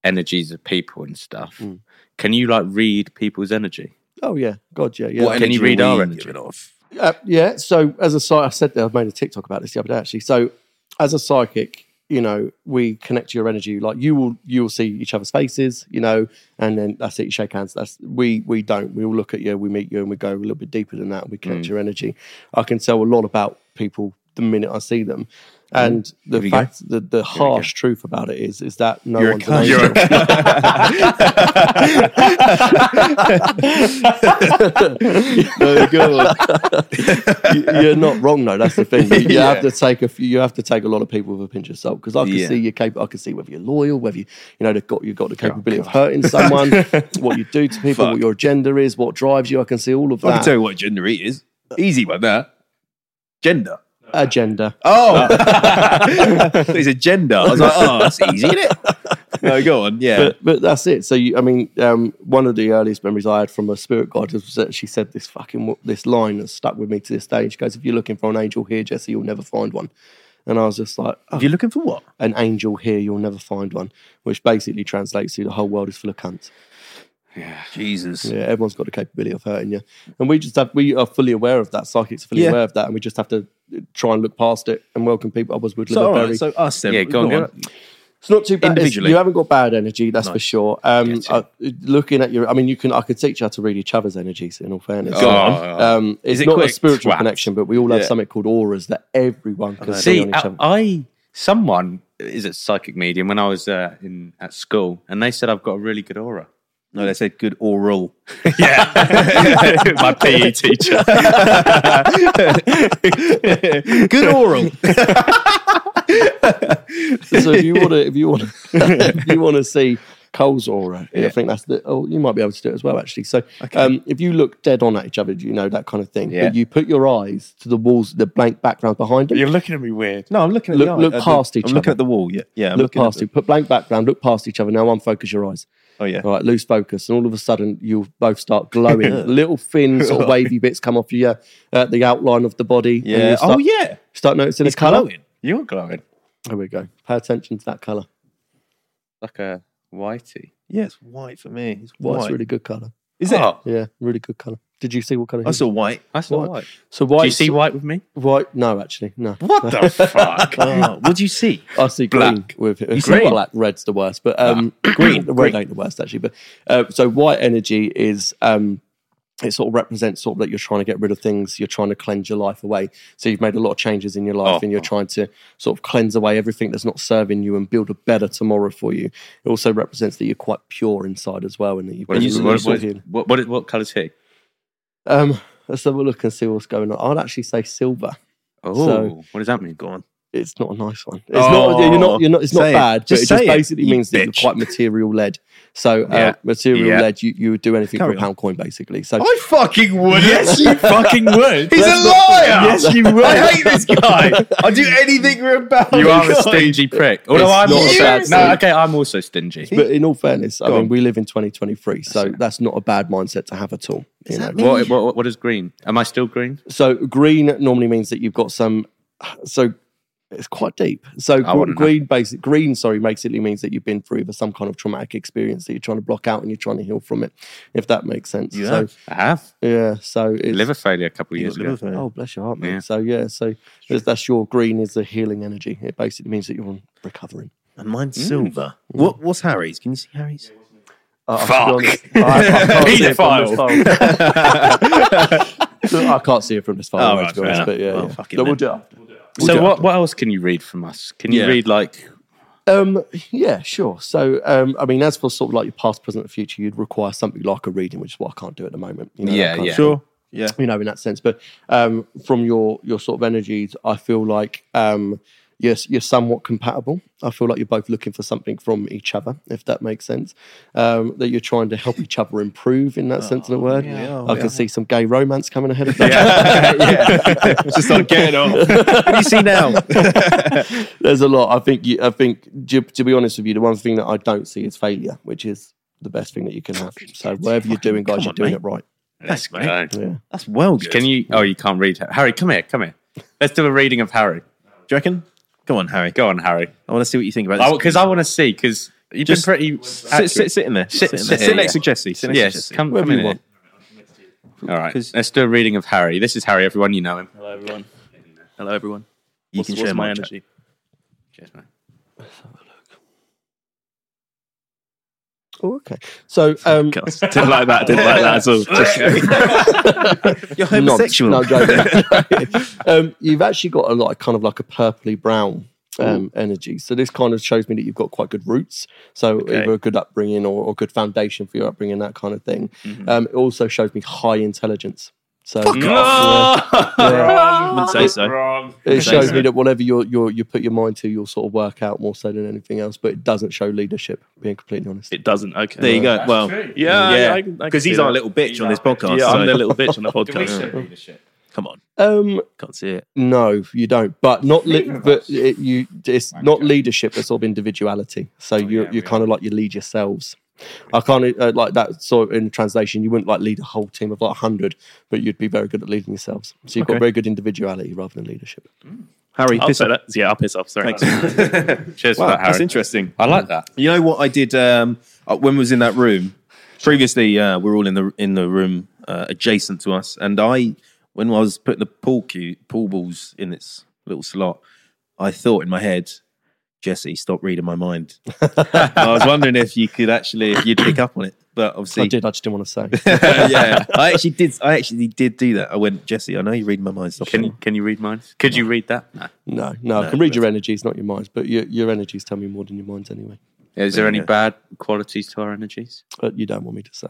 C: energies of people and stuff.
B: Mm.
C: Can you like read people's energy?
B: oh yeah, God yeah, yeah.
A: What
C: Can you
A: energy
C: read
A: are
C: our
A: we
C: energy?
A: giving off?
B: Uh, yeah. So as a psychic, I said that I made a TikTok about this the other day actually. So as a psychic, you know, we connect to your energy. Like you will, you will see each other's faces, you know, and then that's it. You shake hands. That's we we don't. We all look at you, we meet you, and we go a little bit deeper than that. We
A: Mm.
B: connect to your energy. I can tell a lot about people the minute I see them. And
A: Mm. Here we
B: the
A: go.
B: fact, the, the harsh truth about it is, is that no
A: You're a
B: one's
A: cunt.
B: an
A: You're
B: angel.
A: a
B: no, *laughs* You're not wrong though. That's the thing. You, you
A: Yeah.
B: have to take a few, you have to take a lot of people with a pinch of salt because I can
A: Yeah.
B: see you're capable. I can see whether you're loyal, whether you you know they've got you've got the capability of
A: *laughs*
B: hurting someone, what you do to people, what your agenda is, what drives you. I can see all of
A: I can
B: that
A: tell you what gender it is. Easy one, that. Gender.
B: agenda.
A: Oh, so *laughs* it's a gender. I was like, oh, that's easy, isn't
C: *laughs*
A: it? No, go on. Yeah.
B: but, but that's it. So you, I mean, um, one of the earliest memories I had from a spirit guide was that she said this fucking wo- this line that stuck with me to this day. She goes, "If you're looking for an angel here, Jesse, you'll never find one." And I was just like, oh,
A: If you're looking for what?
B: "An angel here, you'll never find one," which basically translates to the whole world is full of cunts.
A: Jesus.
B: Yeah, everyone's got the capability of hurting you, and we just have we are fully aware of that. Psychics are fully
A: Yeah.
B: aware of that, and we just have to try and look past it and welcome people. Otherwise, we'd live
A: So,
B: a
A: all
B: very
A: right, so us then.
C: Yeah, go on, go on.
B: It's not too bad. It's-
A: Individually.
B: you haven't got bad energy, that's
A: No.
B: for sure. Um,
C: Gotcha.
B: I- looking at your, I mean, you can. I could teach you how to read each other's energies. In all fairness,
C: Go on.
B: um, it's
C: Is it
B: not
C: quick?
B: a spiritual
C: Twat.
B: connection, but we all have
A: Yeah.
B: something called auras that everyone can see
C: See, uh,
B: on each
C: I,
B: other.
C: I someone is a psychic medium when I was uh, in at school, and they said I've got a really good aura. *laughs*
A: No, they said good oral.
C: Yeah, my PE teacher.
A: good oral.
B: so if you
A: *laughs*
B: want to, if you want, if you want to see Cole's aura, I think that's the. Oh, you might be able to do it as well, actually. So um, if you look dead on at each other, you know that kind of thing.
C: Yeah.
B: But you put your eyes to the walls, the blank background behind them.
C: You're looking at me weird.
A: No, I'm looking at
B: Look-
A: the eye.
B: look
A: Uh, the-
B: past each
A: I'm looking
B: other.
A: at the wall. Yeah, yeah. I'm
B: Look
A: looking at
B: past
A: the-
B: you, put blank background, look past each other. Now unfocus your eyes.
A: Oh yeah.
B: All right, loose focus, and all of a sudden you'll
A: *laughs*
B: both start glowing. Little thin, sort of wavy bits come off your uh, the outline of the body. and
A: Yeah.
B: you'll
A: Oh
B: start,
A: yeah.
B: Start noticing the color.
A: glowing.
C: You're glowing
B: There we go. Pay attention to that color.
C: like a whitey.
A: Yeah, it's white for me. It's
B: White's
A: white.
B: really good color.
A: Is it?
B: Yeah, really good color. Did you see what color?
A: I saw white.
C: That's not
B: White.
C: white.
B: So white.
C: Do you see white with me?
B: white? No, actually, no. *laughs*
C: What the fuck?
A: Oh, what do you see?
B: I see
C: Black.
B: green with it.
A: You see
B: Green.
A: what?
B: black. Red's the worst, but um,
C: Ah, *clears throat*
A: Green,
B: *clears throat* red
A: green.
B: ain't the worst actually. But uh, so white energy is um, it sort of represents sort of that you're trying to get rid of things, you're trying to cleanse your life away. So you've made a lot of changes in your life,
C: Oh.
B: and you're trying to sort of cleanse away everything that's not serving you and build a better tomorrow for you. It also represents that you're quite pure inside as well, and that you've
C: What,
B: been
A: you-
C: is,
B: really
C: what,
B: sort
C: what,
B: of healed.
C: what, what, what colour's he?
B: Um, let's have a look and see what's going on. I'd actually say silver.
C: Oh,
B: So-
C: what does that mean?
A: Go on.
B: It's not a nice one. It's
A: Oh,
B: not. You're not. You're not. It's
A: say
B: not
A: it.
B: bad.
A: Just
B: but it just
A: say it,
B: basically
A: you
B: means that you're
A: bitch.
B: quite material led. So uh,
C: Yeah.
B: material
C: Yeah.
B: led, you, you would do anything
A: Carry
B: for a
A: on.
B: pound coin, basically. So
A: I fucking would. Yes, *laughs* you
C: fucking would.
A: He's
B: That's
A: a
B: not-
A: liar.
B: Yes, you would.
A: I hate this guy.
C: *laughs*
A: I'd do anything for a pound.
C: You are a
A: God.
C: stingy prick. Oh Although
B: It's
C: I'm
B: not
C: also,
A: a bad
C: no,
B: thing.
C: okay, I'm also stingy.
B: but in all fairness, I
A: Go
B: mean,
A: on.
B: we live in 2023, so that's not a bad mindset to have at all. You know?
C: what, what, what is green? Am I still green?
B: So green normally means that you've got some. So it's quite deep. So
C: I
B: gr-
C: wouldn't know.
B: green, basic green, sorry, basically means that you've been through either some kind of traumatic experience that you're trying to block out and you're trying to heal from it. If that makes sense.
A: You
B: so
A: have.
C: I have
B: yeah. So it's,
C: liver failure a couple of years ago.
B: Oh, bless your heart, man.
C: Yeah.
B: So yeah, so that's, that's your green is the healing energy. It basically means that you're on recovering.
A: And mine's silver. Mm. What? What's Harry's? Can you see Harry's?
B: Uh,
C: Fuck. Paedophile.
A: *laughs*
B: I can't see it from this far.
A: Oh,
B: away,
A: right,
B: to be honest,
A: fair
B: but yeah,
A: enough. Well,
B: yeah.
A: fuck it
B: No, we'll
A: then.
B: do it after. We'll do
C: So
B: it
C: what, what else can you read from us? Can you
A: Yeah.
C: read like
B: Um, yeah, sure. So, um, I mean, as for sort of like your past, present, and future, you'd require something like a reading, which is what I can't do at the moment. You know, that
C: Yeah,
B: kind of
C: yeah.
B: thing,
A: Sure. Yeah.
B: You know, in that sense. But um, from your your sort of energies, I feel like um, you're you're somewhat compatible. I feel like you're both looking for something from each other, if that makes sense. Um, that you're trying to help each other improve in that sense of the word.
A: yeah, oh,
B: I can
A: yeah.
B: see some gay romance coming ahead of that. *laughs*
A: yeah. *laughs* Just not getting off.
C: *laughs*
A: What do you see *laughs* now?
B: There's a lot. I think. You, I think. To, to be honest with you, the one thing that I don't see is failure, which is the best thing that you can have. So whatever you're doing, guys,
A: Come
B: you're
A: on,
B: doing
A: mate.
B: it right.
A: Thanks,
C: Let's
A: mate.
C: go.
B: Yeah.
A: That's well good.
C: Can you? Oh, you can't read. Harry, come here, come here. Let's do a reading of Harry.
A: Do you reckon? Come on, Harry.
C: Go on, Harry.
A: I want to see what you think about this.
C: Because I, want to see. Because you've
A: Just
C: been pretty.
A: Sit, sit, sit in there. Sit, in there.
C: sit
A: Sit
C: in,
A: next
C: yeah.
A: to Jesse. Sit next to
C: yes,
A: Jesse.
C: come,
B: Whatever
C: come in
B: you want.
C: here. All right,
A: 'Cause-
C: let's do a reading of Harry. This is Harry. Everyone, you know him.
E: Hello, everyone. Hello, everyone.
A: you
E: what's,
A: can
E: what's
A: share
E: my
A: my
E: energy?
C: Cheers, *laughs* mate.
B: Oh, okay. So um,
E: didn't like that. Didn't like that at all. Just,
A: You're
B: nods.
A: homosexual. *laughs*
B: No, joking. um, you've actually got a like kind of like a purpley brown um, energy. So this kind of shows me that you've got quite good roots. So either a good upbringing or, or good foundation for your upbringing, that kind of thing. Um, it also shows me high intelligence. So
A: I wouldn't say so.
B: it
A: Say
B: shows
A: so.
B: me that whatever you you you put your mind to, you'll sort of work out more so than anything else. But it doesn't show leadership. Being completely honest.
E: it doesn't. Okay.
A: There you go. Well,
E: Yeah, yeah. I
A: yeah,
E: can- I can
A: because
E: see
A: he's
E: that.
A: our little bitch on this podcast.
E: Yeah,
A: so- *laughs*
E: I'm the little bitch on the podcast.
C: leadership?
A: Come on.
B: Um,
E: Can't see it.
B: No, you don't. But not li-
C: Neither of
B: but
C: us.
B: it, you it's
C: Wanker.
B: not leadership. It's sort of individuality. So you
C: yeah,
B: you
C: we
B: kind of like you lead yourselves. I can't uh, like that sort of in translation. You wouldn't like lead a whole team of like hundred, but you'd be very good at leading yourselves. So you've
A: Okay.
B: got very good individuality rather than leadership.
A: Harry,
E: I'll
A: piss
E: say
A: off.
E: that. Yeah, I'll piss off. Sorry.
A: Thanks.
C: Cheers
A: Wow,
C: for that,
A: that's
C: Harry.
A: interesting.
C: I like that.
A: You know what I did um, uh, when we was in that room? Previously, uh, we were all in the in the room uh, adjacent to us, and I, when I was putting the pool cue, pool balls in its little slot, I thought in my head, Jesse, stop reading my mind. I was wondering if you could actually, if you'd pick up on it, but
B: I
A: obviously,
B: did. I just didn't want to say.
A: *laughs* yeah, I actually did. I actually did do that. I went, Jesse, I know you're reading my mind. Stop.
C: Can
A: it."
C: you, can you read mine? Could you read that? No.
B: no, no, I can read your energies, not your minds. But your your energies tell me more than your minds anyway.
C: Is there any
A: Yeah.
C: bad qualities to our energies?
B: But you don't want me to say.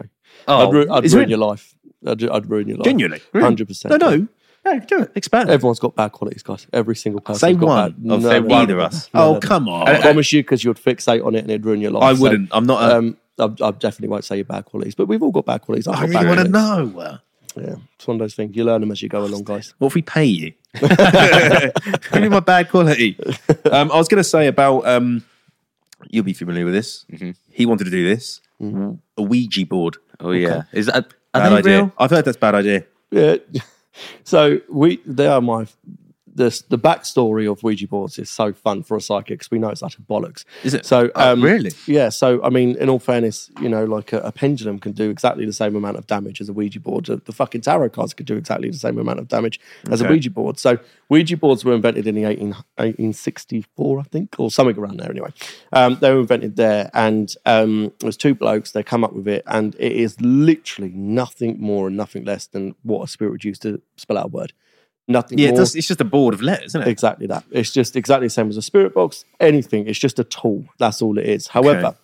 C: Oh,
B: I'd, ru- I'd
A: is
B: ruin
A: it-
B: your life. I'd, I'd ruin your life.
A: Genuinely? Really?
B: hundred percent.
A: No, no, no, do it. Expand.
B: Everyone's got bad qualities, guys. Every single person.
A: Say
B: got
A: one
B: Bad.
A: of
B: No,
A: them,
B: no,
A: either
B: no.
A: of us.
B: No,
A: oh,
B: no.
A: come on.
B: I promise you, because you'd fixate on it and it'd ruin your life.
A: I
B: So,
A: wouldn't. I'm not a-
B: um, I, I definitely won't say your bad qualities, but we've all got bad qualities. I've
A: I
B: got
A: really
B: bad
A: want to
B: qualities.
A: know.
B: Yeah, it's one of those things. You learn them as you go along, guys.
A: What if we pay you? Give me my bad quality. Um, I was going to say about um, you'll be familiar with this. He wanted to do this a Ouija board.
C: oh yeah. Is that are
A: Bad
C: they
A: idea.
C: real?
A: I've heard that's a bad idea.
B: Yeah. *laughs* So we, they are my. This, the backstory of Ouija boards is so fun for a psychic 'cause we know it's utter bollocks.
A: Is it?
B: So
A: Oh,
B: um,
A: really?
B: Yeah. So I mean, in all fairness, you know, like a, a pendulum can do exactly the same amount of damage as a Ouija board. The, the fucking tarot cards could do exactly the same amount of damage as a
A: Okay.
B: Ouija board. So Ouija boards were invented in the 18, 1864, I think, or something around there. Anyway, um, they were invented there, and um, there's two blokes. They come up with it, and it is literally nothing more and nothing less than what a spirit would use to spell out a word. Nothing.
A: Yeah, it
B: more,
A: does, it's just a board of letters, isn't it?
B: Exactly that. It's just exactly the same as a spirit box. Anything. It's just a tool. That's all it is. However,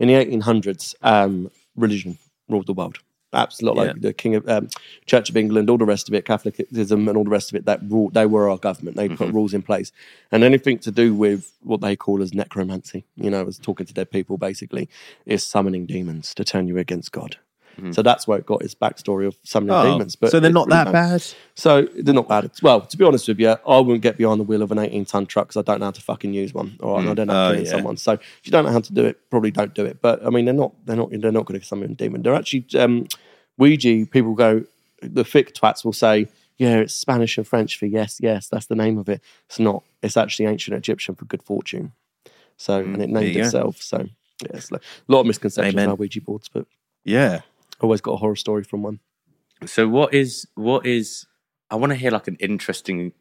B: in the 1800s, um, religion ruled the world. Absolutely, like the King of um, Church of England, all the rest of it, Catholicism, and all the rest of it. That rule, they were our government. They
A: Mm-hmm.
B: put rules in place, and anything to do with what they call as necromancy, you know, as talking to dead people, basically, is summoning demons to turn you against God. So that's where it got its backstory of summoning
A: Mm-hmm. Oh,
B: demons. But
A: so they're
B: it
A: not
B: really
A: that
B: don't-
A: bad.
B: so they're not bad. Well, to be honest with you, I wouldn't get behind the wheel of an 18 ton truck because I don't know how to fucking use one. All right, and I don't know how
A: Oh,
B: to kill
A: yeah.
B: someone. So if you don't know how to do it, probably don't do it. But I mean, they're not they're not they're not going to summon a demon. They're actually um, Ouija. People go the thick twats will say, yeah, it's Spanish and French for yes, yes. That's the name of it. It's not. It's actually ancient Egyptian for good fortune. So and it named
A: Mm, you go.
B: itself. So yeah, it's like, a lot of misconceptions
A: Amen.
B: about Ouija boards, but
A: Yeah.
B: always got a horror story from one.
C: So what is what is? I want to hear like an interesting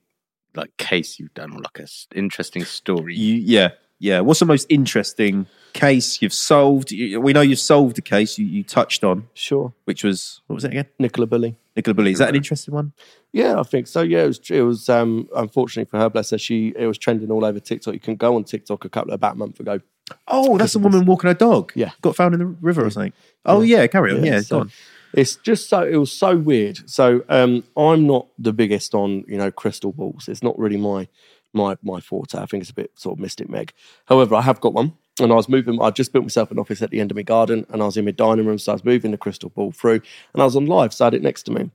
C: like case you've done or like a s- interesting story.
A: You, yeah. Yeah. What's the most interesting case you've solved? You, we know you've solved a case you, you touched on,
B: Sure,
A: which was, what was it again?
B: Nicola Bully.
A: Nicola Bully. Is that an interesting one?
B: Yeah, I think so. Yeah, it was. It was. Um, unfortunately for her, bless her, she it was trending all over TikTok. You can go on TikTok a couple about a month ago.
A: Oh, that's a woman walking her dog.
B: Yeah.
A: Got found in the river or something. Oh, yeah. carry on. Yeah,
B: Yeah,
A: go
B: so
A: on.
B: It's just so it was so weird. So um, I'm not the biggest on you know crystal balls. It's not really my my my forte. I think it's a bit sort of mystic meg. However, I have got one, and I was moving. I just built myself an office at the end of my garden, and I was in my dining room, so I was moving the crystal ball through, and I was on live, so I had it next to me,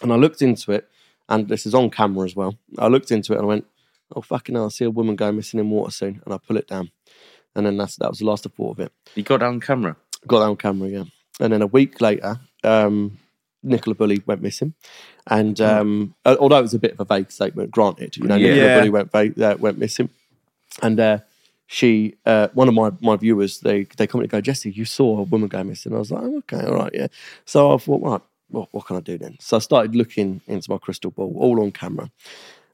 B: and I looked into it, and this is on camera as well. I looked into it and I went, oh fucking hell, I see a woman go missing in water soon, and I pull it down, and then that's that was the last I thought of it.
C: You got it on camera.
B: Got that on camera, yeah. And then a week later, um, Nicola Bully went missing. And um, uh, although it was a bit of a vague statement, granted, you know,
A: Yeah.
B: Nicola
A: Yeah.
B: Bully went, va- uh, went missing. And uh, she, uh, one of my, my viewers, they, they come and go, Jesse, you saw a woman go missing. I was like, oh, okay, all right, yeah. So I thought, right, well, what can I do then? So I started looking into my crystal ball, all on camera.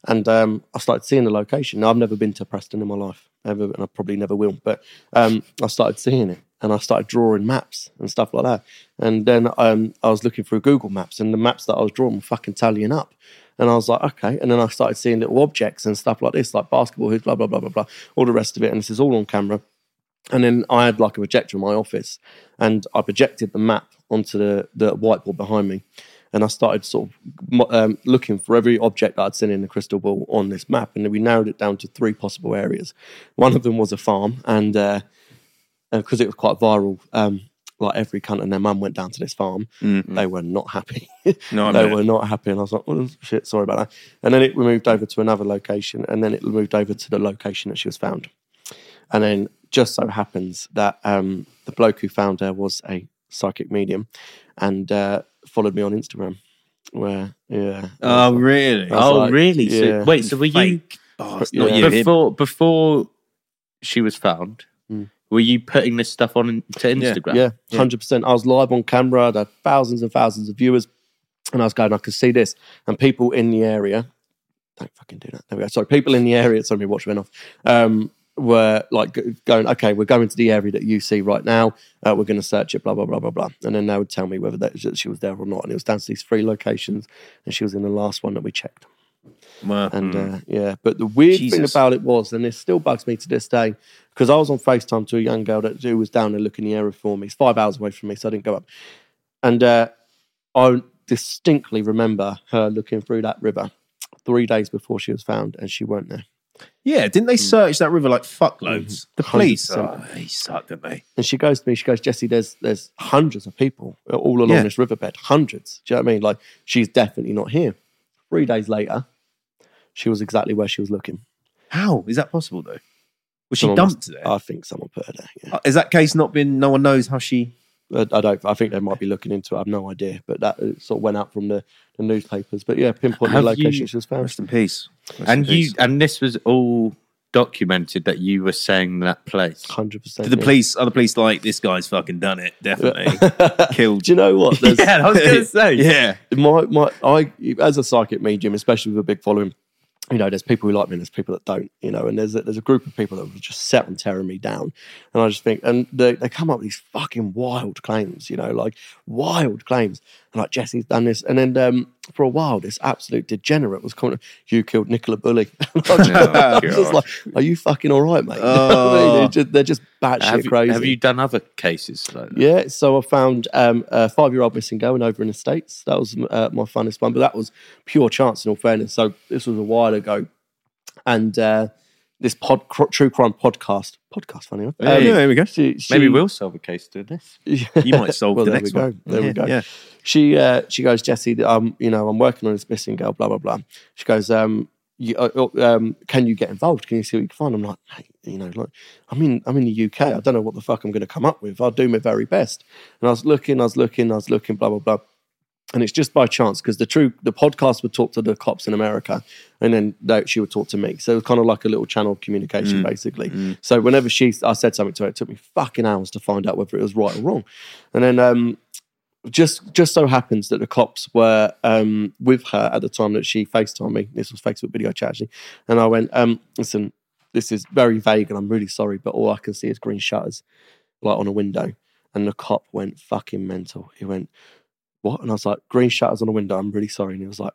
B: And um, I started seeing the location. Now, I've never been to Preston in my life, ever, and I probably never will. But um, I started seeing it, and I started drawing maps and stuff like that. And then um, I was looking through Google Maps, and the maps that I was drawing were fucking tallying up. And I was like, okay. And then I started seeing little objects and stuff like this, like basketball hoops, blah blah blah blah blah, all the rest of it. And this is all on camera. And then I had like a projector in my office, and I projected the map onto the, the whiteboard behind me. And I started sort of mo- um, looking for every object that I'd seen in the crystal ball on this map. And then we narrowed it down to three possible areas. One of them was a farm, and because uh 'cause it was quite viral, um, like every cunt and their mum went down to this farm. They were not happy.
A: Mm. *laughs* No, I
B: *laughs* they
A: bet.
B: were not happy. And I was like, oh, shit, sorry about that. And then it we moved over to another location, and then it moved over to the location that she was found. And then just so happens that um, the bloke who found her was a psychic medium and uh, followed me on Instagram. Where, yeah.
A: Oh, really?
B: I was
C: Oh,
B: like,
C: really? So-
B: yeah.
C: wait, so were you
A: Fake. Oh, it's not
B: Yeah.
A: you. Him.
C: before before she was found?
B: Mm.
C: Were you putting this stuff on to Instagram?
B: Yeah, hundred percent. I was live on camera. I had thousands and thousands of viewers, and I was going, I could see this, and people in the area. Don't fucking do that. There we go. Sorry, people in the area. Sorry, my watch went off. Um, were like go- going, okay, we're going to the area that you see right now. Uh, we're going to search it, blah blah blah blah blah, and then they would tell me whether that, that she was there or not. And it was down to these three locations, and she was in the last one that we checked.
A: Wow.
B: And uh, yeah, but the weird thing
A: Mm. Jesus.
B: about it was, and it still bugs me to this day, because I was on FaceTime to a young girl that who was down there looking the area for me. It's five hours away from me, so I didn't go up. And uh, I distinctly remember her looking through that river three days before she was found, and she weren't there.
A: Yeah, didn't they search that river like fuckloads? The police.
B: 100%.
A: Oh, they sucked, didn't they?
B: And she goes to me, she goes, Jesse, there's there's hundreds of people all along
A: Yeah.
B: this riverbed, hundreds. Do you know what I mean? Like she's definitely not here. Three days later, she was exactly where she was looking.
A: How is that possible though? Was she
B: Someone
A: dumped
B: must-
A: there?
B: I think someone put her there. Yeah.
A: Uh, Has that case not been? No one knows how she.
B: Uh, I, I don't. I think they might be looking into it. I've no idea, but that uh, sort of went out from the, the newspapers. But yeah, pinpoint the
C: Have
B: location
C: you-
B: she was found.
A: Rest in peace. Rest in
C: And you
A: peace.
C: and this was all documented that you were saying that place.
B: Hundred percent.
A: Did the police? Are the police like this guy's fucking done it?
B: *laughs*
A: Definitely *laughs* killed.
B: Do you know what? There's,
C: I was gonna
A: *laughs*
C: say.
A: Yeah.
B: my my I as a psychic medium, especially with a big following, you know, there's people who like me and there's people that don't, you know, and there's a, there's a group of people that were just set on tearing me down, and I just think, and they, they come up with these fucking wild claims, you know, like wild claims, and like Jesse's done this, and then um, for a while, this absolute degenerate was coming, you killed Nicola Bully, *laughs*
C: *laughs*
B: I was
C: Oh,
B: just like, are you fucking all right, mate? *laughs* You know what I mean?
A: Oh.
B: they're just, they're just batshit
C: Have you,
B: crazy.
C: have you done other cases like that?
B: Yeah, so I found um, a five-year-old missing going over in the states. That was uh, my funnest one, but that was pure chance. In all fairness, so this was a while ago, and uh, this pod, cr- true crime podcast, podcast, funny enough. Um,
A: Yeah, there we go.
B: she- she- *laughs*
C: Maybe we'll solve a case to this.
A: You might solve
B: Well,
A: the
B: there
A: next
B: we go.
A: one.
B: There we
A: Yeah,
B: go.
A: Yeah.
B: She uh, she goes, Jesse. Um, you know, I'm working on this missing girl. Blah blah blah. She goes, um, you, uh, uh, um, can you get involved? Can you see what you can find? I'm like, hey, you know, like I'm in I'm in the UK. I don't know what the fuck I'm going to come up with. I'll do my very best. And I was looking, I was looking, I was looking. Blah blah blah. And it's just by chance because the true the podcast would talk to the cops in America, and then they, she would talk to me. So it was kind of like a little channel of communication, basically. So whenever she, I said something to her, it took me fucking hours to find out whether it was right or wrong. And then um, just just so happens that the cops were um, with her at the time that she FaceTimed me. This was Facebook video chat actually, and I went, um, "Listen, this is very vague, and I'm really sorry, but all I can see is green shutters, like on a window." And the cop went fucking mental. He went, "What?" And I was like, "Green shutters on a window. I'm really sorry." And he was like,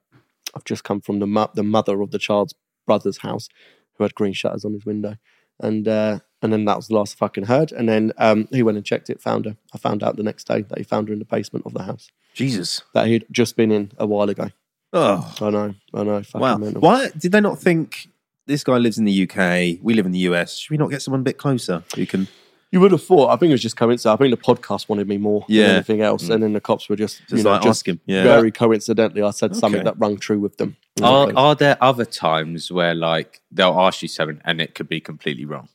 B: "I've just come from the mu- the mother of the child's brother's house, who had green shutters on his window." And uh, and then that was the last I fucking heard. And then um, he went and checked it, found her. I found out the next day that he found her in the basement of the house
A: Jesus.
B: that he'd just been in a while ago.
A: Oh
B: I know, I know. Fucking
A: wow.
B: mental.
A: Why did they not think this guy lives in the UK? We live in the US. Should we not get someone a bit closer who can?
B: You would have thought. I think it was just coincidence. I think the podcast wanted me more
A: Yeah. Mm.
B: than anything else, and then the cops were just,
A: Just
B: you know,
A: like
B: just
A: ask him. Yeah.
B: very coincidentally. I said something
A: Okay. Oh,
B: that rung true with them.
C: Are, are there other times where like they'll ask you something and it could be completely wrong?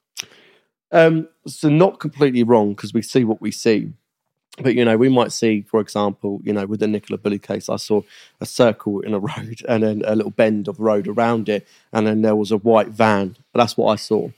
B: Um, so not completely wrong because we see what we see, But you know, we might see, for example, you know, with the Nicola Bully case, I saw a circle in a *laughs* road and then a little bend of road around it, and then there was a white van. That's what I saw.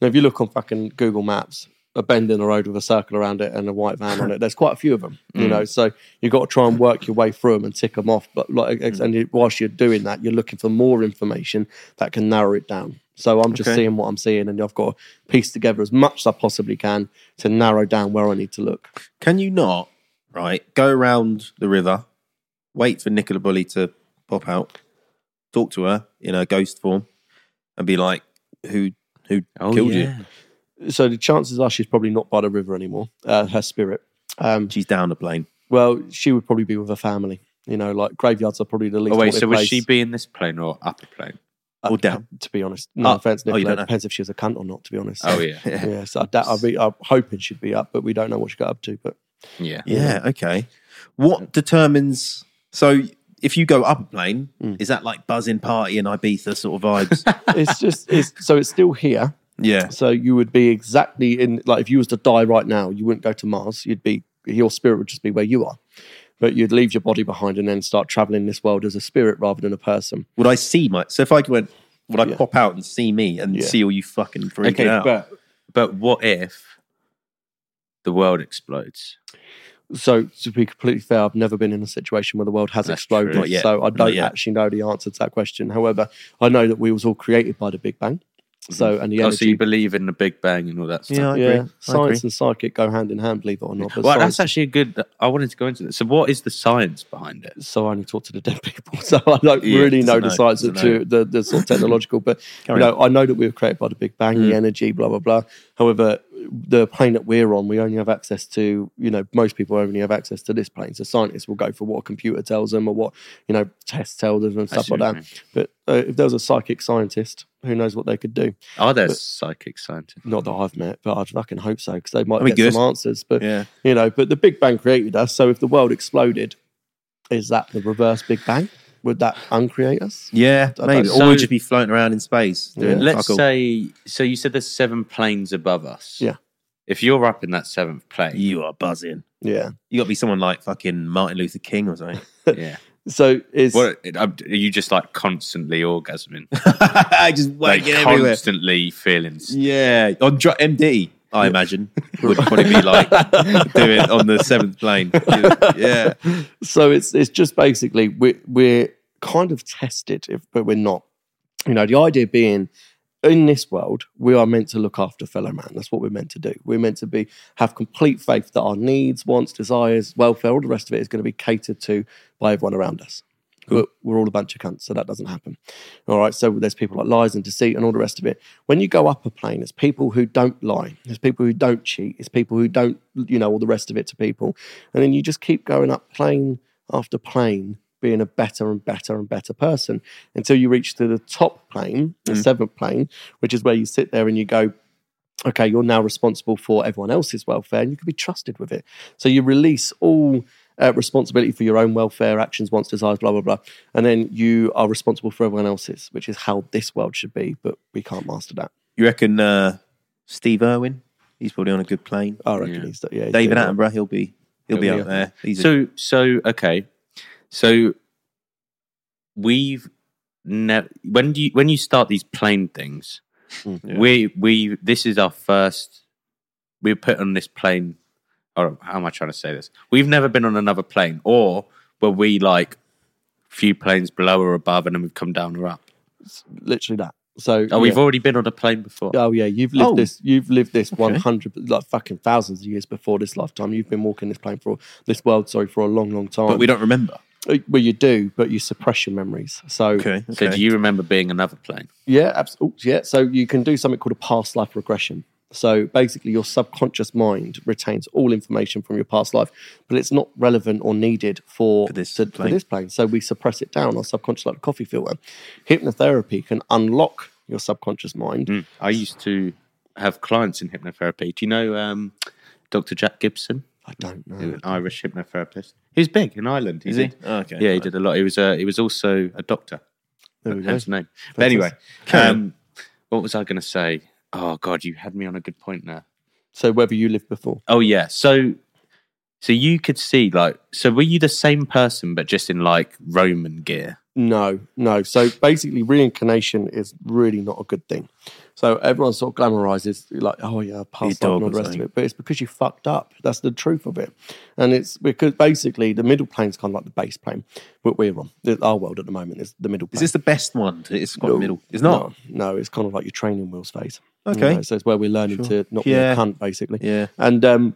B: Now, if you look on fucking Google Maps, a bend in the road with a circle around it and a white van on it, there's quite a few of them,
C: Mm.
B: you know. So you've got to try and work your way through them and tick them off. But like,
C: Mm.
B: and you- whilst you're doing that, you're looking for more information that can narrow it down. So I'm just seeing what I'm seeing, and I've got to piece together as much as I possibly can to narrow down where I need to look.
A: Can you not, right, go around the river, wait for Nicola Bully to pop out, talk to her in her ghost form, and be like, who who killed you?
B: so the chances are she's probably not by the river anymore. Uh, her spirit. Um,
A: She's down the plane.
B: well, she would probably be with her family. You know, like graveyards are probably the least.
C: Oh wait,
B: wanted
C: so was
B: place.
C: she being this plane or up a plane?
A: Or down.
B: To be honest, no
A: Oh,
B: offense,
A: oh, you
B: Nicola.
A: don't
B: it
A: know.
B: depends if she was a cunt or not. To be honest.
C: Oh yeah,
A: yeah.
B: yeah. So I doubt, I'd be, I'm hoping she'd be up, but we don't know what she got up to.
A: *laughs*
B: But
C: yeah.
A: okay. What determines? So if you go up a plane,
B: Mm.
A: is that like buzzing party in Ibiza sort of vibes?
B: it's just, it's so it's still here.
A: yeah.
B: So you would be exactly in like if you was to die right now, you wouldn't go to Mars. You'd be your spirit would just be where you are, but you'd leave your body behind and then start traveling this world as a spirit rather than a person.
A: Would I see my? So if I went, would I
B: Yeah.
A: pop out and see me and
B: Yeah.
A: see all you fucking freaking
C: Okay,
A: out?
C: but but what if the world explodes?
B: So to be completely fair, I've never been in a situation where the world has
C: That's
B: exploded.
C: true.
A: Not yet.
B: So I
A: Not
B: don't
A: yet.
B: actually know the answer to that question. However, I know that we was all created by the Big Bang.
A: Mm-hmm.
B: So and the
C: oh,
B: energy.
C: so you believe in the Big Bang and all that stuff?
A: yeah, I agree.
B: yeah,
A: I agree.
B: science and psychic go hand in hand, believe it or not. But
C: Well,
B: science-
C: that's actually a good. I wanted to go into this. So, what is the science behind it?
B: so I only talk to the dead people. *laughs* So I don't
A: Yeah,
B: really know
A: doesn't
B: the
A: know,
B: science of
A: doesn't know.
B: to the, the sort
A: *laughs*
B: of technological, but you
A: Carry Hmm.
B: know, I know that we were created by the Big Bang, the energy, blah blah blah. However, the plane that we're on, we only have access to, you know, most people only have access to this plane. So scientists will go for what a computer tells them or what, you know, tests tell them and stuff
C: see
B: like
C: what
B: that. But uh, if there was a psychic scientist, who knows what they could do?
C: Are there psychic scientists?
B: Not that I've met, but I'd fucking hope so because they might
A: That'd
B: get
A: be good.
B: some answers. But
A: Yeah.
B: you know, but the Big Bang created us. So if the world exploded, is that the reverse Big Bang? Would that uncreate us?
A: Yeah,
B: I
A: maybe.
B: don't-
A: or we'd
C: So-
A: just be floating around in space. Doing
B: Yeah.
C: Let's
A: fuck all.
C: say. So you said there's seven planes above us.
B: Yeah.
C: If you're up in that seventh plane,
A: you are buzzing.
B: Yeah.
A: You got to be someone like fucking Martin Luther King or something.
C: yeah.
B: So is
C: What are you just like constantly orgasming?
A: just
C: Like
A: wagging everywhere.
C: constantly feeling. s-
A: Yeah, on dr- MD, I imagine would probably be like doing it on the seventh plane. Yeah,
B: so it's it's just basically we're we're kind of tested, if, but we're not. You know, the idea being in this world, we are meant to look after fellow man. That's what we're meant to do. We're meant to be have complete faith that our needs, wants, desires, welfare, all the rest of it is going to be catered to by everyone around us. We're, we're all a bunch of cunts, so that doesn't happen. All right. So there's people like lies and deceit and all the rest of it. When you go up a plane, it's people who don't lie, there's people who don't cheat, it's people who don't, you know, all the rest of it to people, and then you just keep going up plane after plane, being a better and better and better person until you reach to the top plane, the seventh plane, which is where you sit there and you go, okay, you're now responsible for everyone else's welfare and you can be trusted with it. So you release all uh, responsibility for your own welfare, actions, wants, desires, blah, blah, blah. And then you are responsible for everyone else's, which is how this world should be, but we can't master that.
A: you reckon uh, Steve Irwin? He's probably on a good plane.
B: I reckon
C: Yeah.
B: he's, yeah. he's
A: David
B: doing well.
A: Attenborough, he'll be he'll be
B: He'll be
A: up there. He's a-
C: So so okay. So we've never when do you when you start these plane things,
A: Yeah.
C: we we this is our first we're put on this plane or how am I trying to say this? We've never been on another plane, or were we like few planes below or above and then we've come down or up?
B: Literally that. So
C: Oh, we've
B: yeah.
C: already been on a plane before.
B: Oh yeah, you've lived
A: Oh.
B: this. You've lived this one hundred, like fucking thousands of years before this lifetime. You've been walking this plane for this world, sorry, for a long, long time.
A: but we don't remember.
B: Uh, Well, you do, but you suppress your memories. So
A: Okay,
C: So
A: okay.
C: do you remember being another plane?
B: yeah, absolutely. Yeah, so you can do something called a past life regression. So basically, your subconscious mind retains all information from your past life, but it's not relevant or needed for,
A: For this
B: to-
A: plane.
B: this plane. So we suppress it down. Our subconscious, like a coffee filter. Hypnotherapy can unlock your subconscious mind.
A: Hmm.
C: I used to have clients in hypnotherapy. Do you know um, Dr. Jack Gibson,
B: I don't know.
C: an Irish hypnotherapist? He was big in Ireland.
A: Is he?
C: did-
A: Oh, okay.
C: Yeah, he did a lot. He was uh, he was also a doctor.
B: There we go.
C: Hence the name. But anyway, um, what was I going to say? Oh God, you had me on a good point there.
B: So whether you lived before,
C: Oh yeah, so So you could see like so were you the same person but just in like Roman gear?
B: No, no. So basically, reincarnation is really not a good thing. So everyone sort of glamorizes like, oh yeah, past
A: Your
B: life
A: dog
B: and all the
A: was
B: rest of
A: saying.
B: it, but it's because you fucked up. That's the truth of it, and it's because basically the middle plane's kind of like the base plane, what we're on. Our world at the moment is the middle plane.
A: Is this the best one? It's got
B: No,
A: middle. It's not.
B: No, no, it's kind of like your training wheels phase. You
A: Okay.
B: know, so it's where we're learning to not be
A: Yeah.
B: a cunt, basically.
A: Yeah.
B: And um,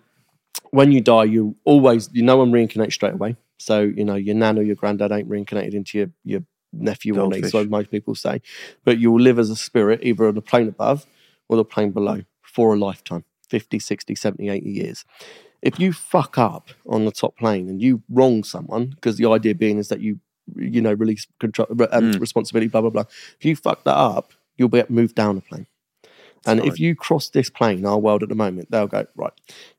B: when you die, you always, you no one reincarnates straight away. So, you know, your nan or your granddad ain't reincarnated into your, your nephew or
A: Goldfish.
B: niece, so most people say. But you will live as a spirit either on the plane above or the plane below for a lifetime 50, 60, 70, 80 years. If you fuck up on the top plane and you wrong someone, because the idea being is that you, you know, release control, re- um, responsibility, blah, blah, blah. If you fuck that up, you'll get moved down a plane. And if you cross this plane, our world at the moment, they'll go, right,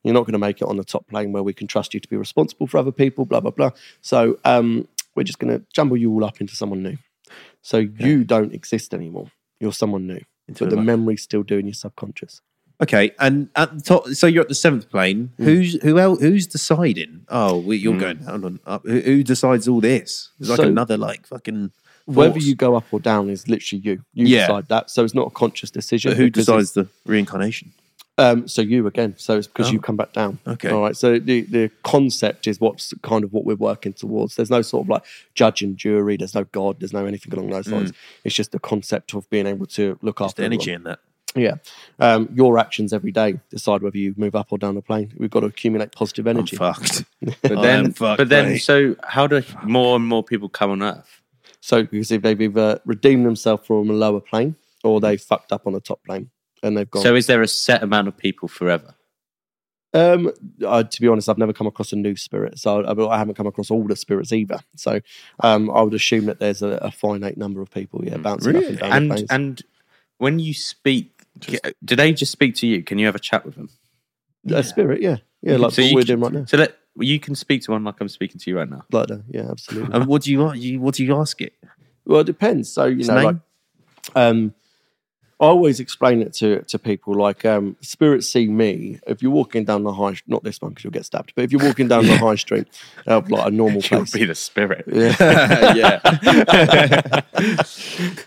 B: you're not going to make it on the top plane where we can trust you to be responsible for other people, blah, blah, blah. So um, we're just going to jumble you all up into someone new. So you don't exist anymore. You're someone new.
A: Into
B: But the
A: another-
B: memory's still doing your subconscious.
A: Okay, and at the top, so you're at the seventh plane.
B: Hmm.
A: Who's who? El- who's deciding? Oh, we, you're going down and up. Who, who decides all this? It's like
B: So-
A: another like fucking.
B: Whether
A: force.
B: you go up or down is literally you. You
A: Yeah.
B: decide that. So it's not a conscious decision.
A: But who
B: because it's-
A: decides the reincarnation?
B: Um, so you again. So it's because
A: Oh.
B: you come back down.
A: Okay.
B: All right. So the, the concept is what's kind of what we're working towards. There's no sort of like judge and jury. There's no God. There's no anything along those
A: Mm.
B: lines. It's just the concept of being able to look after
A: The
B: everyone.
A: energy in that.
B: Yeah. Um, your actions every day decide whether you move up or down the plane. We've got to accumulate positive
A: I'm
B: energy.
A: fucked.
C: But
A: I
C: then
A: am fucked,
C: but then
A: mate.
C: so how do more and more people come on earth?
B: So because if they've either redeemed themselves from a lower plane or they fucked up on a top plane and they've gone.
C: So is there a set amount of people forever?
B: Um, uh, to be honest, I've never come across a new spirit, so I, I haven't come across all the spirits either. So, um, I would assume that there's a, a finite number of people, yeah, bouncing up and down. the
C: Mm, And
B: planes.
C: and when you speak do they just speak to you? Can you have a chat with them?
B: a spirit, yeah, yeah, like
C: So
B: what
C: you
B: we're
C: can-
B: doing right now,
C: So that you can speak to one like I'm speaking to you right now.
B: like that, yeah,
C: Um,
B: absolutely.
A: And what do you, you what do you ask it? *laughs*
B: well, it depends. So you
A: His
B: know,
A: name?
B: like, um, I always explain it to to people like um, spirits see me. If you're walking down the high, not this one because you'll get stabbed, but if you're walking
C: *laughs*
B: down the high street of like a normal place,
C: the spirit.
B: *laughs* yeah.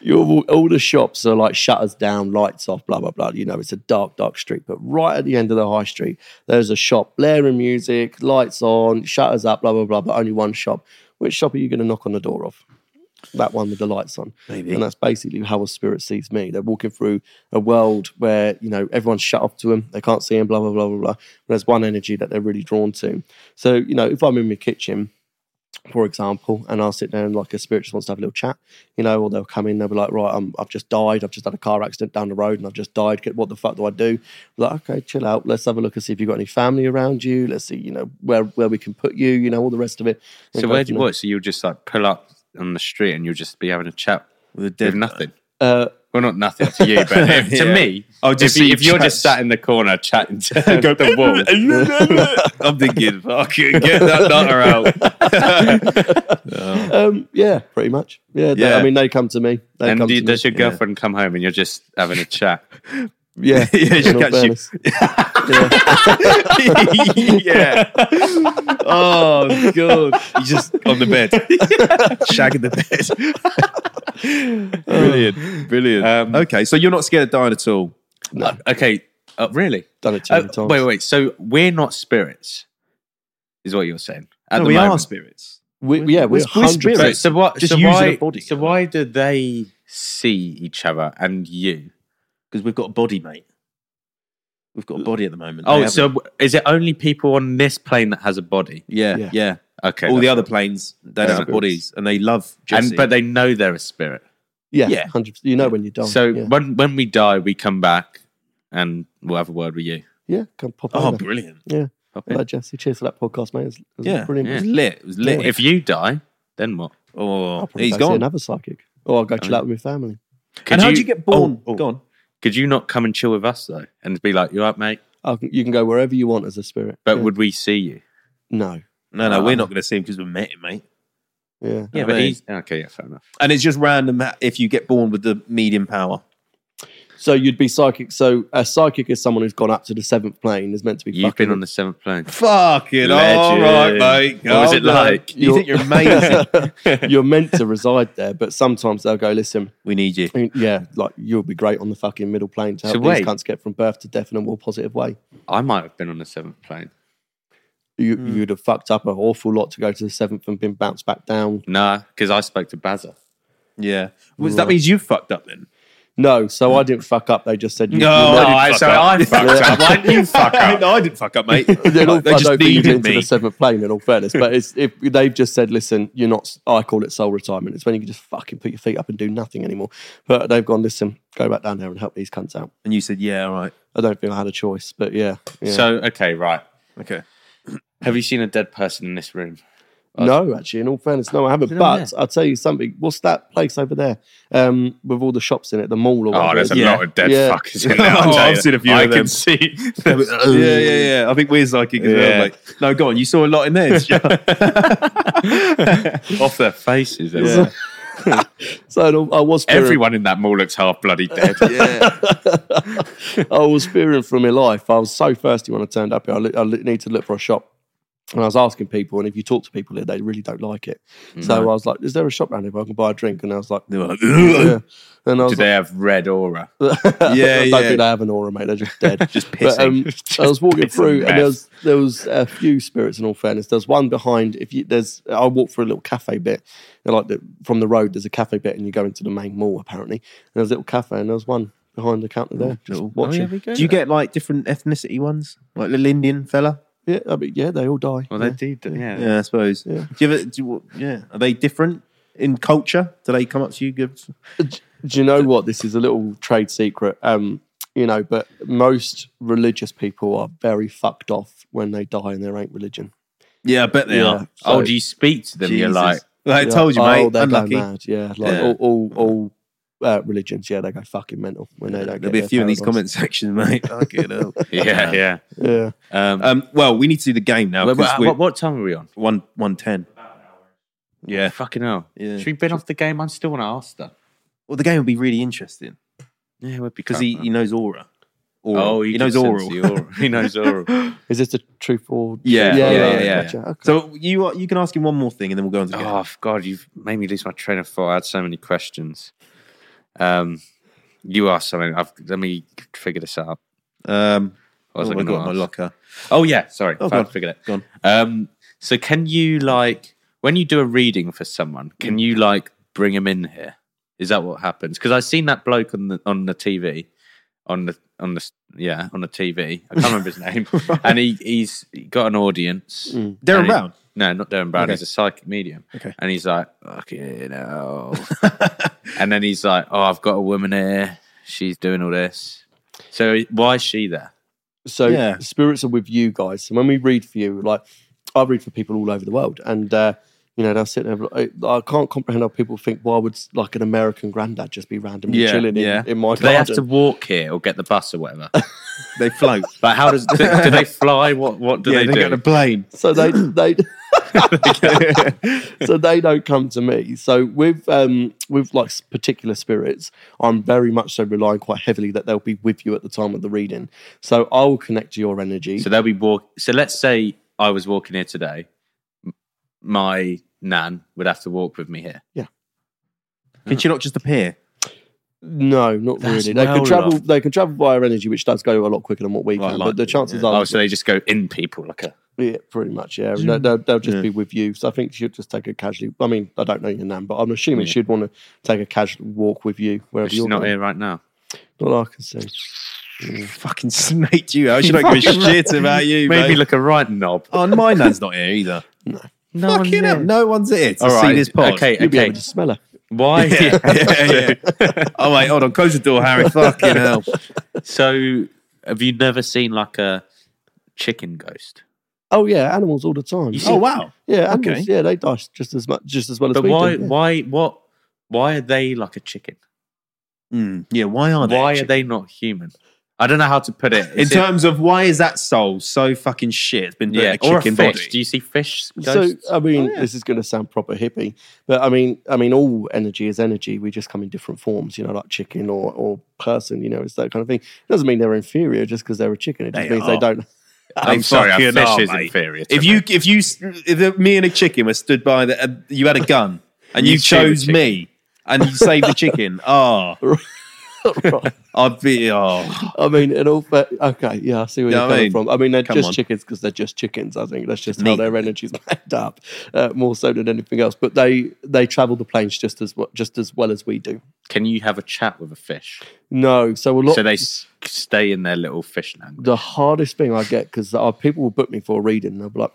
B: You're, all all the shops are like shutters down, lights off, blah, blah, blah. You know, it's a dark, dark street. But right at the end of the high street, there's a shop, blaring music, lights on, shutters up, blah, blah, blah, but only one shop. Which shop are you going to knock on the door of? That one with the lights on.
A: Maybe.
B: And that's basically how a spirit sees me. They're walking through a world where, you know, everyone's shut off to them. They can't see them, blah, blah, blah, blah, blah. There's one energy that they're really drawn to. So, you know, if I'm in my kitchen, for example, and I'll sit there and like a spirit just wants to have a little chat, you know, or they'll come in, they'll be like, right, I'm, I've just died, I've just had a car accident down the road and I've just died. Get What the fuck do I do? Like, okay, chill out. Let's have a look and see if you've got any family around you. Let's see, you know, where, where we can put you, you know, all the rest of it.
C: So where do you what? So you'll just like pull up on the street and you'll just be having a chat
A: With a
C: with
A: dead
C: nothing.
B: Uh,
C: Well, not nothing to you,
A: *laughs*
C: but if- to
A: Yeah.
C: me.
A: I'll just
C: if, you,
A: see
C: if you're
A: chats.
C: just sat in the corner chatting
A: *laughs*
C: to *laughs* the wall, *laughs*
A: I'm thinking, fucking get that nutter *laughs* out.
B: um, yeah, pretty much. Yeah, they-
A: Yeah.
B: I mean, they come to me. They
C: and
B: come
C: do,
B: to
C: does
B: me.
C: your girlfriend come home and you're just having a chat?
B: Yeah,
A: Yeah, she
B: in all
A: catch you.
B: fairness.
A: *laughs* yeah. Oh god. You just on the
B: *laughs*
A: bed, shagging the bed. brilliant, *laughs* brilliant.
C: Um,
A: okay, so you're not scared of dying at all.
C: Uh, okay, uh, really?
B: Done it too
C: Uh,
B: many times.
C: wait, wait. So we're not spirits, is what you're saying? At
A: No,
C: the
A: we
C: moment.
A: are spirits.
B: We, yeah, we're,
A: we're spirits.
B: 100%
C: Right, so what?
A: Just
C: so
A: using
C: why?
A: a body.
C: So why do they see each other and you?
A: Because we've got a body, mate. We've got a body at the moment. They
C: Oh,
A: haven't.
C: so w- is it only people on this plane that has a body?
A: yeah,
B: Yeah.
A: yeah.
C: Okay.
A: All the
C: that's-
A: other planes, they don't have
B: Spirits.
A: bodies, and they love Jesse.
C: and but they know they're a spirit.
B: Yeah,
A: Yeah.
B: 100%. You know when you die.
C: so
B: yeah,
C: when when we die, we come back and we'll have a word with you.
B: yeah come pop
A: oh,
B: over.
A: brilliant!
B: Yeah.
C: Pop in.
B: Well, Jesse, cheers for that podcast, mate. It was, it was
A: Yeah,
B: brilliant.
A: it was lit. It was lit.
C: If you die, then what?
A: oh,
B: I'll probably
A: he's
B: go see
A: gone.
B: another psychic. Or I'll go chill out with my family.
C: Could Oh,
A: And how do you get born?
B: Oh,
A: Gone.
C: Could you not come and chill with us though, and be like, "You're up, mate,"
B: I can, you can go wherever you want as a spirit.
C: but
B: yeah.
C: would we see you?
B: no.
A: No, no, we're
C: Um,
A: not going to see him because we met him, mate.
B: Yeah.
A: Yeah,
C: No, but
A: mate.
C: he's okay. Yeah, fair enough.
A: And it's just random ha- if you get born with the medium power.
B: So you'd be psychic. So a psychic is someone who's gone up to the seventh plane. Is meant to be.
C: You've
B: fucking-
C: been on the seventh plane.
A: Fucking
E: Legend.
A: all right, mate.
E: What was it
A: Hold on.
E: like?
A: You think you're amazing?
B: *laughs* You're meant to reside there, but sometimes they'll go, listen,
A: we need you.
B: I mean, yeah, like you'll be great on the fucking middle plane to
C: So
B: help
C: wait.
B: these cunts get from birth to death in a more positive way.
C: I might have been on the seventh plane.
B: You,
A: Hmm.
B: You'd have fucked up an awful lot to go to the seventh and been bounced back down.
C: Nah, because I spoke to Bazza.
A: Yeah. Well, That means you fucked up then.
B: No, so I didn't fuck up. They just said, you,
A: No, *laughs*
B: you're not-
A: I- so
C: I fucked up. Why didn't you
A: *laughs*
C: fuck
A: no, I didn't fuck up, mate.
B: They're all-
A: they
B: I
A: just
B: don't think you've been
A: needed
B: to
A: me.
B: the seventh plane, in all fairness. But it's, if they've just said, listen, you're not, I call it soul retirement. It's when you can just fucking put your feet up and do nothing anymore. But they've gone, listen, go back down there and help these cunts out.
A: And you said, yeah, all right.
B: I don't think I had a choice, but yeah. yeah.
C: So, okay, right.
A: Okay.
C: Have you seen a dead person in this room?
B: No, actually, in all fairness, no, I haven't.
C: it over
B: But I'll tell you something. What's that place over there um, with all the shops in it? The mall or
C: Oh,
B: whatever.
C: there's a
A: Yeah.
C: lot of dead
B: Yeah.
C: fuckers *laughs* in there. I'll
E: Oh,
C: tell
E: I've
C: you.
E: seen a few
C: I
E: of
C: can
E: them.
C: see.
A: *laughs*
C: *laughs*
A: yeah, yeah, yeah. I think we're psychic as
C: Yeah.
A: well. Like, no, go on. You saw a lot in *laughs* there. didn't you?
C: Off their faces.
A: Yeah.
B: So in all- I was fearing,
C: Everyone in that mall looks half bloody dead.
B: *laughs* I was fearing for my life. I was so thirsty when I turned up here. I, look, I look- need to look for a shop. And I was asking people, and if you talk to people here, they really don't like it.
C: Mm-hmm.
B: So I was like, "Is there a shop around here where I can buy a drink?" And I was
C: *laughs*
B: like,
A: *laughs* They were like,
B: "Yeah." And I
C: Do
B: was
C: they have red aura?
B: like, *laughs*
A: Yeah,
B: I don't
A: yeah.
B: think they have an aura, mate. They're just
C: *laughs*
B: dead.
A: just
B: But, um,
A: pissing.
B: I was walking through, and
C: meth.
B: there was there was a few spirits. In all fairness, there's one behind. If you there's, I walked through a little cafe bit, and like the, from the road, there's a cafe bit, and you go into the main mall apparently. And there's a little cafe, and there was one behind the counter there, just
A: oh,
B: watching. yeah,
A: Do you get like different ethnicity ones? Like little Indian fella?
B: I mean, yeah, they all die.
C: Well,
B: yeah.
C: they do. do- Yeah.
A: Yeah, I suppose.
B: Yeah.
A: Do you ever? Do you, yeah, are they different in culture? Do they come up to you? Give,
B: Do you know what? This is a little trade secret. Um, you know, but most religious people are very fucked off when they die in their ain't religion.
A: yeah, I bet they
B: Yeah.
A: are.
C: Oh,
B: So-
C: do you speak to them? You're
A: Jesus.
C: like,
A: Like I told you,
B: oh,
A: mate.
B: they go
A: unlucky.
B: mad. Yeah, like
A: Yeah.
B: all all, all uh, religions. Yeah, they go fucking mental when they don't.
A: There'll
B: get
A: be a
B: their
A: few in these
B: paradise.
A: comment *laughs* sections, mate. Fucking hell.
C: yeah, yeah.
B: Yeah.
C: Um,
A: Um, well, uh, we need to do the game now
C: wait, wait,
A: because we're
C: what, what time are we on?
A: one one ten. Yeah.
C: Fucking hell.
A: Yeah.
C: Should we bin off the game? I'm still on Arster.
A: Well, the game would be really interesting
C: Yeah, we'd be
A: because he, he knows aura. Oral.
C: Oh, he,
A: he knows
C: can
A: oral.
C: sense the aura. *laughs* He knows oral.
B: Is this the truth or?
A: Yeah,
C: yeah, yeah,
B: right,
C: yeah.
B: Gotcha. Okay.
A: *laughs* So you are, you can ask him one more thing and then we'll go on to the game.
C: Oh f- God, you've made me lose my train of thought. I had so many questions. Um, you asked something. I've, let me figure this out.
A: Um,
C: What was
A: oh,
C: I
A: I
C: gonna
A: got my
C: ask?
A: locker.
C: Oh yeah, sorry.
A: Oh,
C: I
A: go on.
C: found- figured it.
A: Go on.
C: Um, so can you like when you do a reading for someone?
A: Mm.
C: Can you like bring them in here? Is that what happens? Because I've seen that bloke on the on the TV, on the on the s- yeah on the TV. I can't remember his *laughs* name, and he he's got an audience.
A: Darren
C: And he-
A: Brown?
C: no, not Darren Brown.
A: Okay.
C: He's a psychic medium.
A: Okay.
C: and he's like, okay,
A: *laughs*
C: no. and then he's like, oh, I've got a woman here. She's doing all this. So why is she there?
B: So
A: Yeah.
B: spirits are with you guys. So when we read for you, like I read for people all over the world, and uh, you know they'll sit there. I, I can't comprehend how people think. Why would like an American granddad just be randomly
A: Yeah,
B: chilling
A: yeah.
B: in, in my
C: Do they have to
B: garden?
C: walk here or get the bus or whatever?
A: They float.
C: Like, how does do they, do they fly? What what *laughs* do
A: yeah,
C: they
A: they,
C: do?
A: get on a
C: *laughs*
A: plane. *laughs* *clears throat*
B: So they they. so they don't come to me. So with um with like s- particular spirits, I'm very much so relying quite heavily that they'll be with you at the time of the reading. So I will connect to your energy.
C: So they'll be walk. So let's say I was walking here today. M- My nan would have to walk with me here.
A: Can she not just
C: *laughs*
A: appear?
B: No, not
C: That's
B: really. They
C: well
B: can travel.
C: loved.
B: They can travel via energy, which does go a lot quicker than what we can.
A: Right, like-
B: but the chances
A: yeah. Oh,
B: are,
C: Oh, so they just go in people like a.
B: yeah, pretty much, yeah. They'll, they'll, they'll just
A: Yeah.
B: be with you. So I think she'll just take a casually. I mean, I don't know your name, but I'm assuming she'd want to take a casual walk with you wherever
C: She's
B: you're
C: not
B: going.
C: here right now.
B: Not that I can see.
A: Fucking snaked you out. She don't give a shit *laughs* about you.
C: Made me
A: mate.
C: look a right knob.
A: Oh, and my nan's not here either.
C: No one
A: Fucking hell,
C: there.
A: no one's here to
C: All
A: see
C: right,
A: this pod.
C: Okay,
B: You'll be
C: okay.
B: able to smell her.
C: Why?
A: *laughs* Yeah, yeah, yeah. oh wait, hold on. Close the door, Harry. *laughs* Fucking hell.
C: So, have you never seen like a chicken ghost?
B: Oh yeah, animals all the time.
C: see-
A: Oh wow.
B: yeah,
A: okay.
B: animals. Yeah, they die just as much, just as well as
C: But
B: we
C: why?
B: do. yeah.
C: Why? What? Why are they like a chicken?
A: Mm, yeah. Why are they?
C: why are they not human? I don't know how to put it.
A: in
C: Is it-
A: terms of why is that soul so fucking shit? It's been put
C: yeah,
A: in a
C: or a
A: chicken
C: fish.
A: body. uh,
C: Do you see fish?
B: So
C: ghosts?
B: I mean,
A: Oh, yeah.
B: this is going to sound proper hippie, but I mean, I mean, all energy is energy. We just come in different forms, you know, like chicken or or person. You know, it's that kind of thing. It doesn't mean they're inferior just because they're a chicken. It just
A: They
B: means
A: are.
B: they don't.
C: I'm sorry, a
A: fucking
C: fish
A: are,
C: is
A: mate.
C: inferior. to
A: if
C: me.
A: you if you if the- me and a chicken were stood by the, uh, you had a gun and you,
C: You'd save the
A: chose
C: chicken.
A: me and you saved the *laughs* chicken, oh,
B: Right.
A: I'd be oh,
B: I mean, it all. But okay, yeah, I see where
A: Yeah,
B: you're
A: I
B: coming
A: mean,
B: from. I mean, they're
A: come
B: just
A: on.
B: chickens because they're just chickens. I think that's just how
A: Meat.
B: their energy's *laughs* made up, uh, more so than anything else. But they they travel the planes just as wa- just as well as we do.
C: can you have a chat with a fish?
B: No, so a lot.
C: So they s- stay in their little fish language.
B: the hardest thing I get because people will book me for a reading and they'll be like,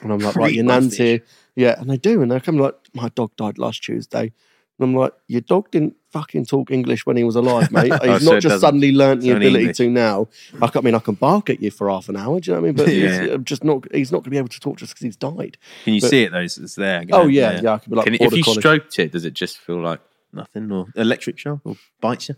B: and I'm like, right,
A: Read
B: your
A: my
B: nan's
A: fish.
B: here. Yeah. And they do. And they come like, my dog died last Tuesday. And I'm like, your dog didn't fucking talk English when he was alive, mate. He's not
C: so it
B: just
C: doesn't-
B: suddenly learnt the
A: it's only
B: ability
A: English.
B: to now. I, can- I mean, I can bark at you for half an hour. Do you know what I mean? But
A: Yeah.
B: he's, I'm just not, he's not going to be able to talk just because he's died.
A: can you
B: But-
A: see it though? It's, it's there.
B: oh, yeah. Yeah. I could be like,
C: Can if you
B: "Horticulture."
C: stroked it, does it just feel like?
A: nothing or electric shock or bites you.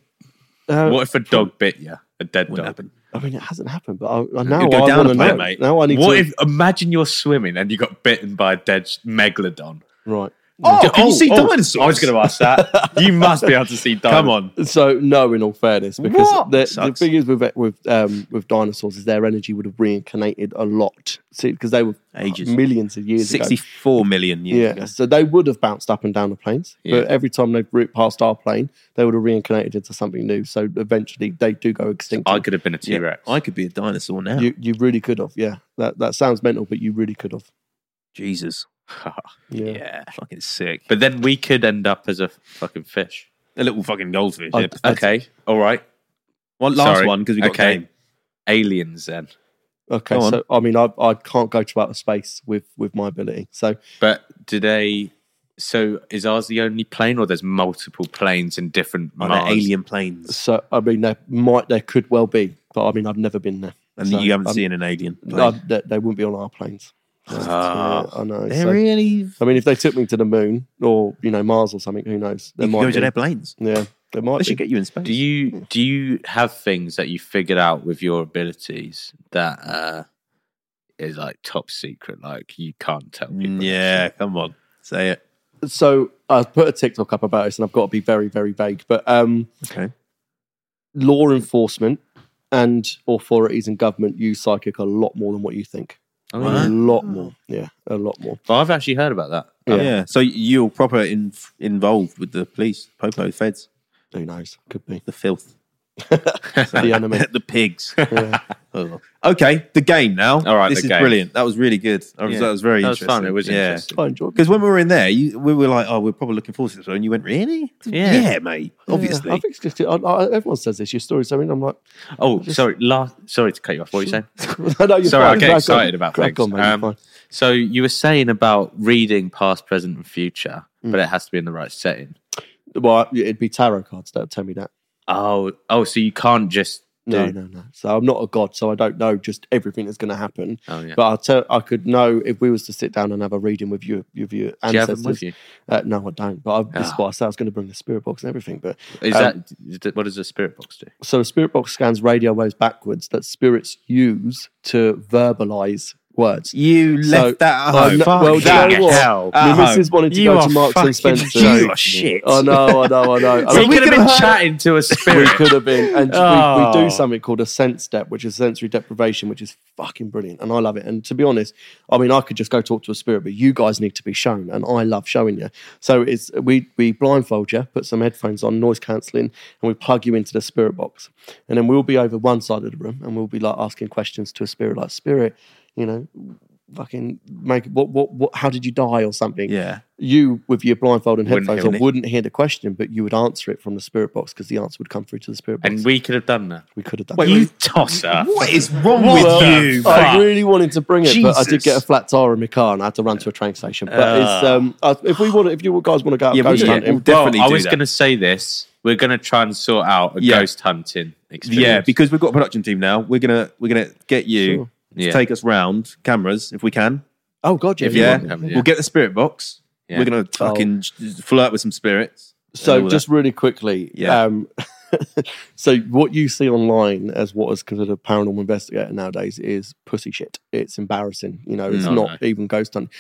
B: Uh,
C: What if a dog bit you? A dead
A: Wouldn't
C: dog.
A: happen.
B: I mean, it hasn't happened, but I, I now
A: It'll go
B: I
A: down
B: want
A: a
B: to
A: bit,
B: know.
A: mate.
B: Now I need
C: What
B: to.
C: if? Imagine you're swimming and you got bitten by a dead s- megalodon.
B: right.
A: Oh, can you see dinosaurs?
C: I was going to ask that. you must be able to see dinosaurs.
A: Come on,
B: So no, in all fairness, because
A: What?
B: the, the
A: Sucks.
B: thing is with with um, with dinosaurs is their energy would have reincarnated a lot because they were
A: Ages.
B: millions of years ago.
A: sixty-four million years
B: Yeah,
A: ago.
B: so they would have bounced up and down the planes,
C: Yeah.
B: but every time they route past our plane, they would have reincarnated into something new. So eventually, they do go extinct.
C: I could have been a T
A: Yeah,
C: Rex.
A: I could be a dinosaur now.
B: you you really could have, yeah. That that sounds mental, but you really could have.
A: Jesus, *laughs*
B: Yeah.
A: yeah, fucking sick.
C: But then we could end up as a fucking fish.
A: a little fucking goldfish.
B: I-
A: yeah.
B: I-
C: Okay. All right.
A: One last
C: Sorry.
A: one because we got
C: Okay.
A: game.
C: Aliens then.
B: Okay,
A: Go on.
B: so I mean, I I can't go to outer space with with my ability. So
C: But do they? So is ours the only plane, or there's multiple planes in different
A: on
C: Mars?
A: alien planes,
B: so I mean, there might there could well be, but I mean, I've never been there.
A: and
B: So,
A: you haven't
B: um,
A: seen an alien. Plane.
B: No, they, they wouldn't be on our planes. That's-
C: Ah.
B: yeah, I know.
A: They're
B: so-
A: really
B: I mean, if they took me to the moon or you know Mars or something, who knows? There
A: You can go
B: might
A: to
B: be.
A: their planes.
B: Yeah, there
A: They
B: might be.
A: should get you in space.
C: Do you do you have things that you figured out with your abilities that uh is like top secret? Like you can't tell people.
A: yeah, come on, say it.
B: so I put a TikTok up about this, and I've got to be very, very vague. But um,
A: Okay.
B: law enforcement and authorities and government use psychic a lot more than what you think.
C: Oh,
A: Wow.
B: A
C: yeah.
B: lot more. Yeah, a lot more.
C: Well, I've actually heard about that.
A: Yeah.
B: Yeah.
A: So you're proper in, involved with the police, popo, feds,
B: Who knows? Could be
A: the
C: *laughs*
A: filth,
B: the enemy.
A: *laughs* the pigs.
B: Yeah.
A: *laughs* Oh. Okay, the game now.
C: All right,
A: this
C: the
A: is
C: game.
A: brilliant. That was really good. I was,
C: Yeah.
A: That was very
C: That was
A: interesting.
C: fun. It was interesting.
B: I enjoyed. it.
A: Because when we were in there, you, we were like, "Oh, we're probably looking forward to this," and you went, "Really?
C: Yeah.
A: mate.
B: Yeah,
A: Obviously,
B: I think it's just, I, I, everyone says this. Your story's so in. I'm like, *laughs*
C: Oh, sorry. Last, sorry to cut you off. What *laughs* were you saying?
B: I know you're
C: Sorry, I
B: fine.
C: get
B: Crack on.
C: excited about
B: Crack
C: things.
B: on, mate, you're
C: Um,
B: fine.
C: So you were saying about reading past, present, and future, but it has to be in the right setting.
B: Well, it'd be tarot cards that would tell me that.
C: Oh, oh, so you can't just do.
B: No, no, no. So I'm not a god, so I don't know just everything that's going to happen.
C: Oh, yeah.
B: But I tell, I could know if we was to sit down and have a reading with you, with your
C: do you have them
B: ancestors.
C: with you?
B: Uh, no, I don't. But I, this is
C: Ah.
B: why I said I was going to bring the spirit box and everything. But
C: Is
B: Um,
C: that d- what does a spirit box do?
B: so a spirit box scans radio waves backwards that spirits use to verbalize words.
A: you left
B: So-
A: that at
B: Oh,
A: home.
B: no- well, do you
A: that
B: know what?
A: hell.
B: My
A: At home.
B: missus wanted to
A: You
B: go
A: are
B: to Marks
A: fucking-
B: and Spencer.
E: Oh,
A: You are shit.
B: I know, I know, I know. I
A: So
B: mean,
A: we could've heard-
C: into a
B: we
C: spirit.
B: could have been. And
C: Oh.
B: we, we do something called a sense step, which is sensory deprivation, which is fucking brilliant. And I love it. And to be honest, I mean, I could just go talk to a spirit, but you guys need to be shown. And I love showing you. So it's we, we blindfold you, put some headphones on, noise cancelling, and we plug you into the spirit box. And then we'll be over one side of the room and we'll be like asking questions to a spirit, like, spirit, you know. Fucking make what, what what how did you die or something?
A: Yeah.
B: you with your blindfold and
C: Wouldn't
B: headphones
C: hear
B: on
C: it.
B: wouldn't hear the question, but you would answer it from the spirit box because the answer would come through to the spirit box.
C: *laughs* and we could have done that.
B: we could have done.
C: you
B: that.
C: tosser.
A: What is wrong
B: Well,
A: with you?
B: I
A: fuck?
B: really wanted to bring it, but I did
A: Jesus.
B: get a flat tire in my car and I had to run to a train station. But it's,
C: Ah.
B: um, I- if we want, if you guys want to go out
A: Yeah, we
B: ghost
A: should.
B: hunting,
A: We'll definitely
C: well, I
A: do
C: was
A: that.
C: going to say this. We're going to try and sort out a
A: Yeah.
C: ghost hunting experience.
A: Yeah, because we've got a production team now. We're gonna we're gonna get you
B: Sure.
A: to
C: Yeah.
A: take us round cameras if we can.
B: oh god, yeah,
C: If
B: you
A: yeah.
B: want.
C: want them,
A: We'll get the spirit box.
C: Yeah.
A: We're gonna fucking j- flirt with some spirits. and all
B: So
A: that.
B: just really quickly,
A: Yeah.
B: um, *laughs* so what you see online as what is considered a paranormal investigator nowadays is pussy shit. It's embarrassing. You know, it's
A: Oh,
C: No,
B: not even ghost hunting.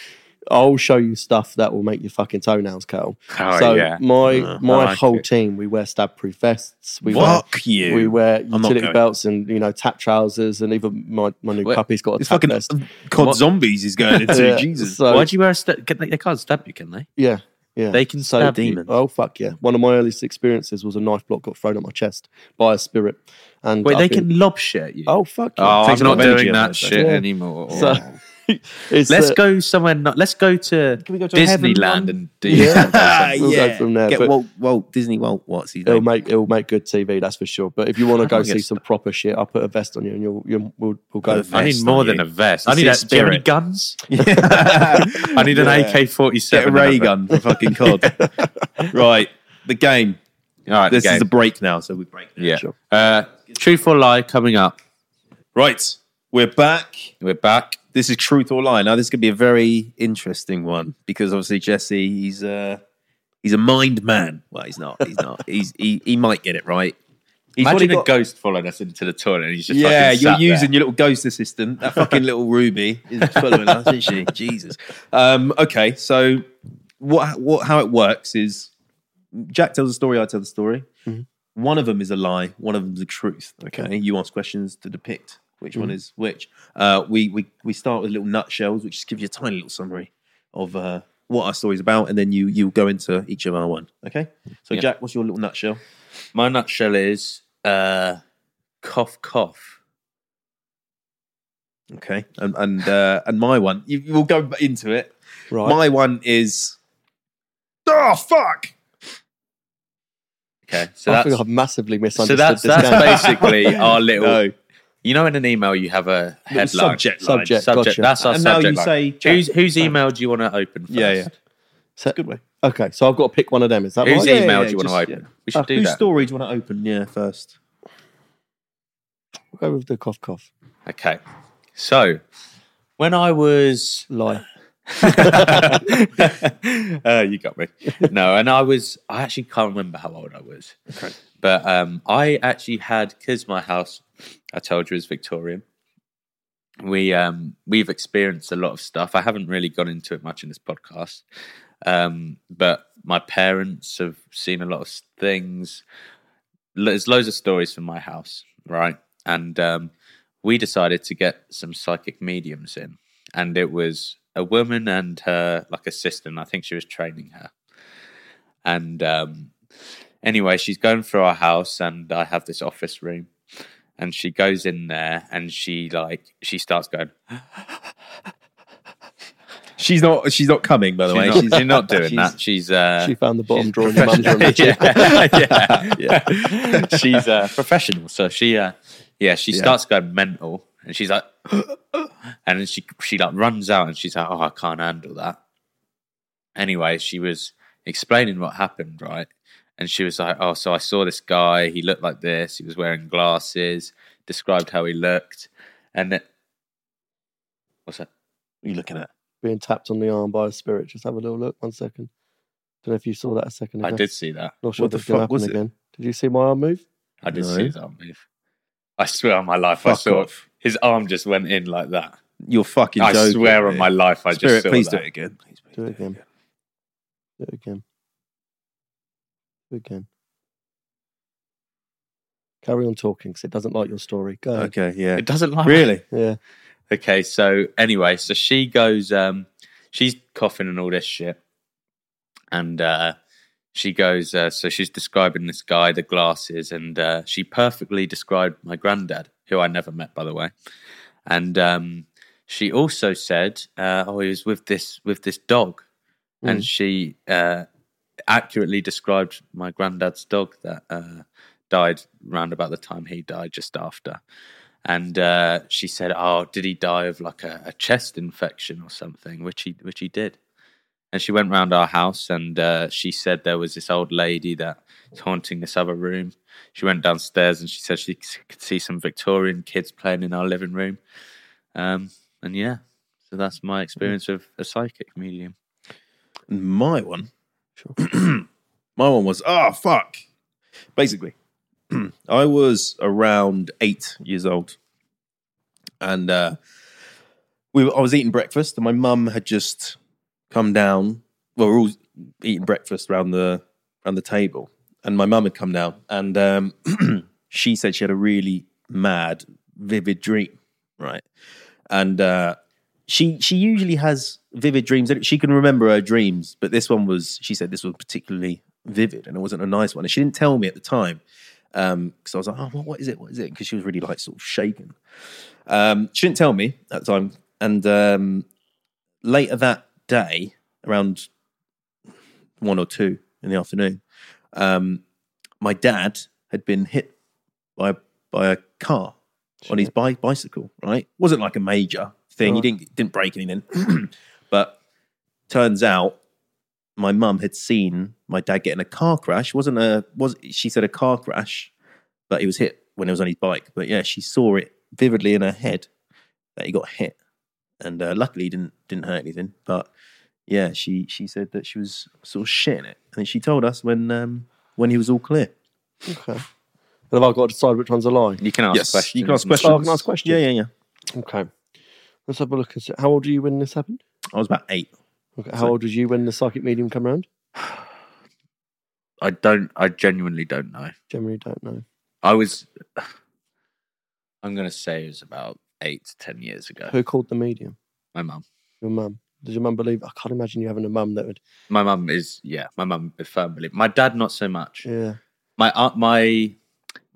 B: I'll show you stuff that will make your fucking toenails curl.
C: Oh,
B: so
C: yeah.
B: my
A: Uh,
B: my
C: I like
B: whole
C: it.
B: team, we wear stab-proof vests. We wear
A: Fuck you.
B: we wear
A: not
B: utility
A: going.
B: belts and you know tap trousers and even my, my new
C: Wait,
B: puppy's got a
A: it's
B: tap
A: fucking
B: vest.
A: COD
C: What-
A: zombies he's going into.
B: Yeah,
A: Jesus.
B: So,
C: Why'd you wear a stab? Can they, they can't stab you, can they?
B: yeah, yeah.
C: They can
B: So
C: stab
B: the-
C: demons.
B: Oh fuck yeah! One of my earliest experiences was a knife block got thrown at my chest by a spirit. And
C: Wait,
B: I've
C: they
B: been-
C: can lob shit at you.
B: Oh fuck!
C: Oh,
B: yeah.
C: I'm
A: Takes a lot
C: not
A: of energy
C: doing
A: out of
C: that
A: it,
C: shit
B: yeah.
C: anymore.
B: So- *laughs* It's,
C: Let's
B: uh,
C: go somewhere. Not, let's go to,
A: Can we go to a heaven one?
C: Disneyland and do.
A: *laughs* Ah,
B: We'll go from there,
A: Get
B: but-
A: Walt, Walt Disney Walt What's his
B: It'll
A: name?
B: make it'll make good TV, that's for sure. But if you
C: *laughs*
B: want
A: How
B: to
A: do I
B: go
A: get
B: see some proper shit, I'll put a vest on you and you'll you'll we'll,
A: Put
B: we'll go.
A: a
C: I need
A: vest
C: more
A: on
C: than
A: you.
C: a vest.
A: You
C: I need.
A: see
C: A,
A: a
C: do you have any
A: spirit.
C: guns? I
A: I
C: need an AK-47.
A: Get a ray
C: and a-
A: gun for fucking
C: *laughs*
A: COD. Right. The game.
C: All right,
A: This
C: okay.
A: is a break now, so we break. now.
C: yeah.
B: Sure.
C: Uh, truth or lie coming up.
A: Right. We're back.
C: We're back.
A: This is truth or lie. Now this is gonna be a very interesting one because obviously Jesse, he's uh he's a mind man. Well, he's not. He's not. he's he, he might get it right. He's
C: Imagine
A: probably
C: a
A: got-
C: ghost following us into the toilet. and He's just
A: yeah,
C: fucking
A: you're
C: sat there.
A: using your little ghost assistant. That fucking little Ruby is following us, isn't
C: *laughs*
A: she? Jesus. Um, okay, so what, what, how it works is Jack tells a story, I tell the story.
C: Mm-hmm.
A: One of them is a lie, one of them's the truth. Okay, you ask questions to depict which
C: Mm-hmm.
A: one is which. Uh, we we we start with little nutshells, which just gives you a tiny little summary of uh, what our story's about, and then you you go into each of our one. Okay, so
C: Yeah.
A: Jack, what's your little nutshell?
C: My nutshell is uh, cough, cough.
A: Okay, and and uh, and my one, you, you will go into it.
B: Right.
A: My one is.
C: Ah,
A: Oh fuck!
C: Okay, so
B: I
C: that's
B: think I've massively
C: so
B: misunderstood
C: that's
B: this
C: that's
B: game.
C: *laughs* basically our little.
A: No.
C: You know, in an email you have a headline,
A: subject line.
B: *laughs* Subject.
C: Subject,
B: Gotcha.
C: That's our
A: And now
C: subject
A: you
C: line.
A: say Jack.
C: whose whose email do you want to open first?
A: Yeah, yeah.
B: So- Okay, so I've got to pick one of them. Is that
C: Whose
B: right?
A: yeah,
C: email
A: yeah,
C: do you want to
A: just-
C: open?
A: yeah.
C: We should
B: Uh,
C: do
A: Whose
C: that.
A: story do you want to open? Yeah, first.
B: Go with the cough cough
C: Okay, so when I was *laughs*
B: lie.
C: uh, you got me. No, and I was, I actually can't remember how old I was. Okay. But um, I actually had, because my house, I told you, is Victorian. We um we've experienced a lot of stuff. I haven't really gone into it much in this podcast, um, but my parents have seen a lot of s- things. Lo- There's loads of stories from my house, right? And um, we decided to get some psychic mediums in and it was a woman and her like assistant. I think she was training her. And um, anyway, she's going through our house, and I have this office room, and she goes in there, and she like she starts going.
A: She's not. She's not coming. By the
C: She's
A: way,
C: not,
A: she's, *laughs*
C: she's not doing
A: she's-
C: that. She's uh,
B: She found the bottom
C: she's
B: drawer in the mum's room.
C: *laughs* professional.
A: *laughs*
C: yeah, yeah, yeah. she's uh, professional, so she uh, yeah, she starts going mental, and she's like, *gasps* and then she she like runs out, and she's like, oh, I can't handle that. Anyway, she was explaining what happened, right? And she was like, oh, so I saw this guy. He looked like this. He was wearing glasses. Described how he looked, and it, what's that?
A: you looking at?
B: Being tapped on the arm by a spirit. Just have a little look. One second. Don't know if you saw that a second
C: I
B: ago.
C: did see that.
B: Not sure
A: What the
B: what the
A: fuck
B: going happen
A: was it?
B: again. Did you see my arm move?
C: I did
A: No.
C: see his arm move. I swear on my life, I
A: Fuck
C: saw
A: off.
C: his arm just went in like that.
A: You're fucking.
C: I
A: joking,
C: swear on
A: mate.
C: my life, I
A: Spirit,
C: just saw
A: please
C: that.
A: do it again. Please, please
B: Do it again. Do it again. Do it again. Carry on talking because it doesn't like your story. Go ahead.
A: Okay. Yeah.
C: It doesn't like
A: Really?
B: Yeah.
C: Okay, so anyway, so she goes, um, she's coughing and all this shit. And uh, she goes, uh, so she's describing this guy, the glasses, and uh, she perfectly described my granddad, who I never met, by the way. And um, she also said, uh, oh, he was with this with this dog. And she uh, accurately described my granddad's dog that uh, died round about the time he died, just after. And uh, she said, "Oh, did he die of like a, a chest infection or something?" Which he which he did. And she went round our house, and uh, she said there was this old lady that was haunting this other room. She went downstairs, and she said she c- could see some Victorian kids playing in our living room. Um, and yeah, so that's my experience of a psychic medium.
A: *clears throat* My one. my one was oh fuck. ah, Basically, *clears throat* I was around eight years old, and uh, we were, I was eating breakfast, and my mum had just come down. Well, we we're all eating breakfast around the around the table, and my mum had come down, and um, *clears throat* she said she had a really mad, vivid dream, right? And uh, she she usually has vivid dreams. She can remember her dreams, but this one was she said this was particularly vivid, and it wasn't a nice one. And she didn't tell me at the time because I was like, oh, what, what is it? What is it? Because she was really like sort of shaken. Um, she didn't tell me at the time, and um, later that day, around one or two in the afternoon, um, my dad had been hit by by a car on his bi- bicycle. Right, wasn't like a major thing. He didn't didn't break anything, *clears throat* but turns out my mum had seen my dad get in a car crash. wasn't a was she said a car crash, but he was hit when he was on his bike. But yeah, she saw it vividly in her head that he got hit, and uh, luckily he didn't didn't hurt anything. But yeah, she she said that she was sort of shitting it, and she told us when um, when he was all clear.
B: And have I got to decide which one's a lie?
C: You can ask questions.
A: you can ask
C: and
A: questions.
B: Oh, I can ask questions?
A: Yeah, yeah, yeah.
B: Okay. Let's have a look and see. How old were you when this happened?
A: I was about eight.
B: Okay. How old was you when the psychic medium come around?
C: I don't. I genuinely don't know.
B: Generally don't know.
C: I was. *sighs* I'm gonna say it was about eight to ten years ago.
A: Uh,
B: Who called the medium?
C: My mum.
B: Your mum. Did your mum believe? I can't imagine you having a mum that would.
C: My mum is yeah. My mum is firmly. My dad not so much.
B: Yeah.
C: My aunt, my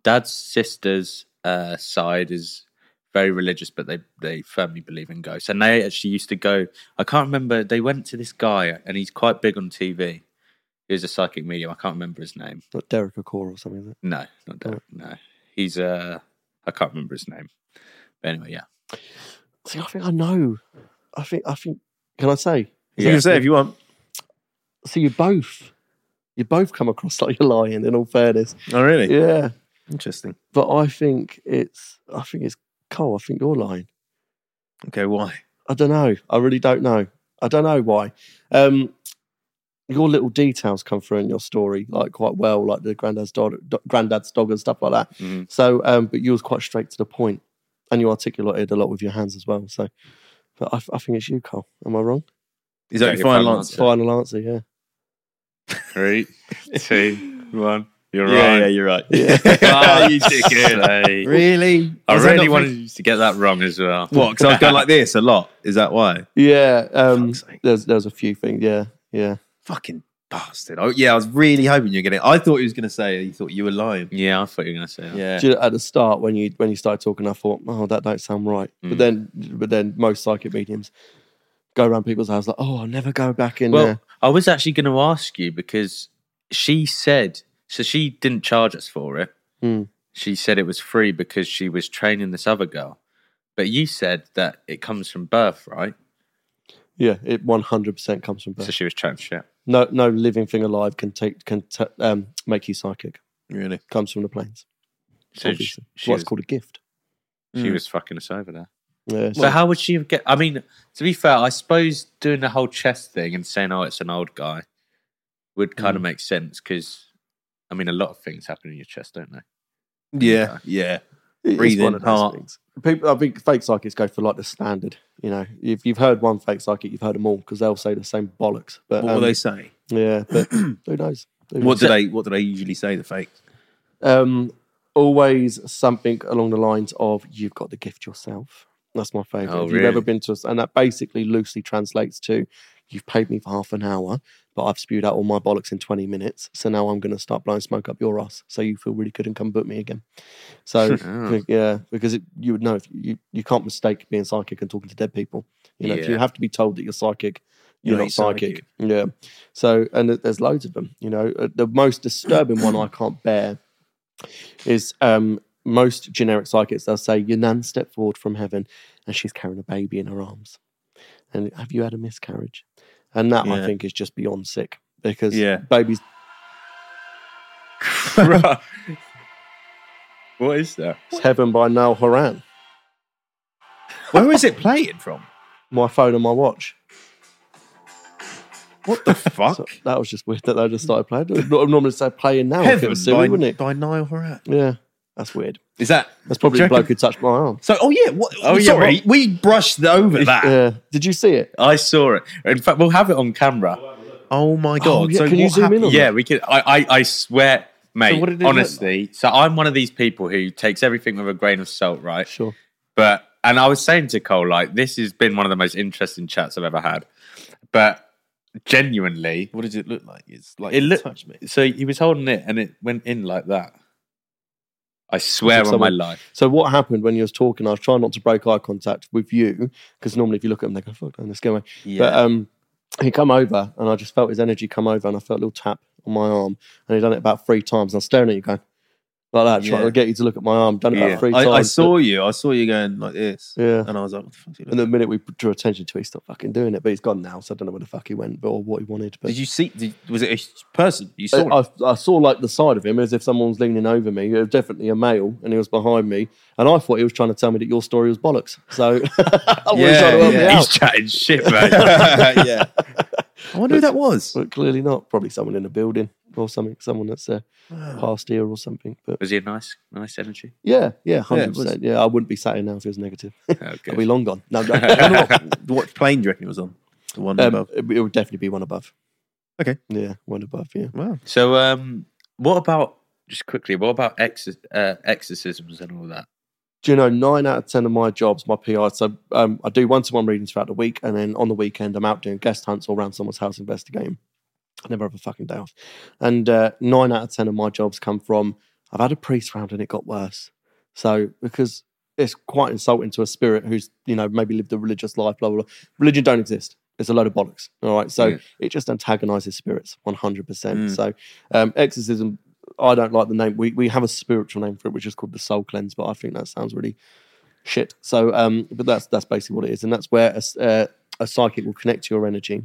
C: dad's sister's uh, side is very religious, but they they firmly believe in ghosts. And they actually used to go. I can't remember. They went to this guy, and he's quite big on TV. He was a psychic medium. I can't remember his name.
B: Not Derek O'Core or something. Like
C: No, not Derek. No, he's uh, I can't remember his name. But anyway, yeah. *laughs*
B: that. See, I think I know. I think, I think, can I say?
A: You can say if you want.
B: So you both, you both come across *laughs* like you're lying in all fairness.
A: Oh, really?
B: Yeah.
A: Interesting.
B: But I think it's, I think it's Cole. I think you're lying.
A: Okay, why?
B: I don't know. I really don't know. I don't know why. Um, your little details come through in your story like quite well, like the granddad's dog, do- granddad's dog and stuff like that.
C: Mhm.
B: So, um, but you was quite straight to the point, and you articulated a lot with your hands as well. So, but I, I think it's you, Cole. Am I wrong?
A: Is that
C: Yeah,
A: your
C: your
A: final
C: final
A: answer?
B: Final answer, yeah.
C: Three, two, one. You're
A: you're *laughs* right.
C: Ah, you dickhead. eh?
A: really?
C: I
A: Was that
C: really
A: not-
C: wanted you to get that wrong as well.
A: What? Because I was
C: *laughs*
A: going like this a lot. Is that why?
B: Yeah. Um,
A: Fuck's sake.
B: there's there's a few things. Yeah, yeah.
A: Fucking bastard. Oh, yeah, I was really hoping you were going to. I thought he was going to say he thought you were lying.
C: Yeah, I thought you were gonna say that.
A: Yeah.
B: Do you know, at the start when you when you started talking, I thought, oh, that don't sound right. But
C: Mm.
B: then, but then most psychic mediums go around people's houses like, oh, I'll never go back in
C: Well,
B: there.
C: I was actually going to ask you because she said so. She didn't charge us for it.
B: Hmm.
C: She said it was free because she was training this other girl. But you said that it comes from birth, right?
B: Yeah, it one hundred percent comes from
C: So
B: birth.
C: she was chatting shit.
B: No, no living thing alive can take can t- um, make you psychic.
A: Really?
B: Comes from the planes.
C: So she,
B: obviously.
C: she,
B: What's
C: was,
B: called a gift.
C: she was fucking us over there.
B: Yeah, so-
C: So how would she get? I mean, to be fair, I suppose doing the whole chess thing and saying, "Oh, it's an old guy," would kind of
B: Hmm.
C: make sense because, I mean, a lot of things happen in your chest, don't they?
A: Yeah, yeah.
B: It is
A: Breathing,
B: one of those
A: heart.
B: things. People, I think fake psychics go for like the standard. You know, if you've heard one fake psychic, you've heard them all because they'll say the same bollocks. But
A: What
B: um,
A: were they saying?
B: Yeah, but *clears throat* who knows? Who
A: What
B: knows?
A: do they? What do they usually say? The *laughs* fake.
B: Um, always something along the lines of "You've got the gift yourself." That's my favorite.
C: Oh,
B: if you've ever
C: really?
B: been to, us, and that basically loosely translates to "You've paid me for half an hour, but I've spewed out all my bollocks in twenty minutes, so now I'm going to start blowing smoke up your ass, so you feel really good and come book me again." So
C: Oh.
B: yeah, because it, you would know if you you can't mistake being psychic and talking to dead people. You know, if you
C: Yeah.
B: have to be told that you're psychic. You're
A: You're
B: not
A: not
B: psychic. Yeah. So, and th- there's loads of them. You know, Uh, the most disturbing one I can't bear is um, most generic psychics. They'll say, Your nan stepped forward from heaven and she's carrying a baby in her arms. And have you had a miscarriage? And that I
A: Yeah.
B: think is just beyond sick because
A: Yeah.
B: babies
C: What is that?
B: it's heaven by Noel Horan.
A: Where is it playing from?
B: My phone and my watch.
A: What
B: *laughs*
A: the fuck?
B: So that was just weird that they just started playing. I'd normally say playing now. if it
A: Heaven
B: was Siri,
A: by,
B: wouldn't it?
A: by Niall Horat.
B: Yeah, that's weird.
A: Is that
B: That's probably
A: Do
B: the
A: you
B: bloke
A: reckon-
B: who touched my arm.
A: so? Oh yeah. What,
C: Oh,
A: oh
C: yeah,
A: Sorry,
C: what-
A: we brushed *laughs* over that.
B: Yeah. Did you see it?
C: I saw it. In fact, we'll have it on camera.
A: Oh my god.
B: yeah,
A: so
B: can you
A: what
B: zoom in
A: happened?
B: on
C: Yeah, we could. I, I, I swear, mate.
B: what did it look
C: honestly, so I'm one of these people who takes everything with a grain of salt, right?
B: Sure.
C: But and I was saying to Cole, like, this has been one of the most interesting chats I've ever had. But genuinely,
A: *gasps* What does it look like? It's like
C: It look-
A: touch me.
C: so he was holding it and it went in like that. I swear
B: Like
C: on my
B: someone-
C: life. *laughs*
B: So what happened when you was talking? I was trying not to break eye contact with you because normally if you look at them, they go fuck, and let's go away. But um, he come over and I just felt his energy come over and I felt a little tap on my arm and he done it about three times. And I was staring at you going like that, trying
A: Yeah.
B: to get you to look at my arm. Done it
C: Yeah.
B: about three
A: I,
B: times.
A: I saw you. I saw you going like this,
B: Yeah.
A: and I was like, "What the fuck?" Did,
B: And the minute we drew attention to it, he stopped fucking doing it. But he's gone now, so I don't know where the fuck he went, but or what he wanted. But
A: did you see? Did, was it a person you saw?
B: I, I, I saw like the side of him as if someone was leaning over me. It was definitely a male, and he was behind me. And I thought he was trying to tell me that your story was bollocks. So *laughs* I was
A: Yeah,
B: trying to help
A: yeah.
B: me
C: He's
B: out,
C: chatting
B: *laughs*
C: shit, mate.
A: oh, *laughs* yeah. I wonder who that *laughs* was.
B: but clearly not. Probably someone in a building or something. Someone that's uh,
A: Ah.
B: past here or something. But
C: Was he a nice, nice energy?
B: yeah, yeah,
A: Yeah, it
B: hundred percent. Yeah, I wouldn't be sat here now if it was negative. *laughs*
C: Oh,
B: I'd
C: good.
B: be long gone.
A: *laughs*
B: No, no.
A: I wonder what, what plane do you reckon it was on? The one
B: um,
A: above.
B: it it would definitely be one above.
A: Okay.
B: Yeah, one above. Yeah.
A: Wow.
C: So, um, what about just quickly? What about exor- uh, exorcisms and all that?
B: do you know nine out of ten of my jobs, my PI, so um, I do one to one readings throughout the week, and then on the weekend I'm out doing guest hunts or around someone's house investigating. I never have a fucking day off, and uh, nine out of ten of my jobs come from I've had a priest round and it got worse. So because it's quite insulting to a spirit who's you know maybe lived a religious life, blah blah. blah. Religion don't exist. It's a load of bollocks. All right, so
C: Yeah.
B: it just antagonizes spirits one hundred percent.
A: Mm.
B: So um, exorcism I don't like the name. We we have a spiritual name for it, which is called the soul cleanse, but I think that sounds really shit. So, um, but that's that's basically what it is, and that's where a, s- uh, a psychic will connect to your energy.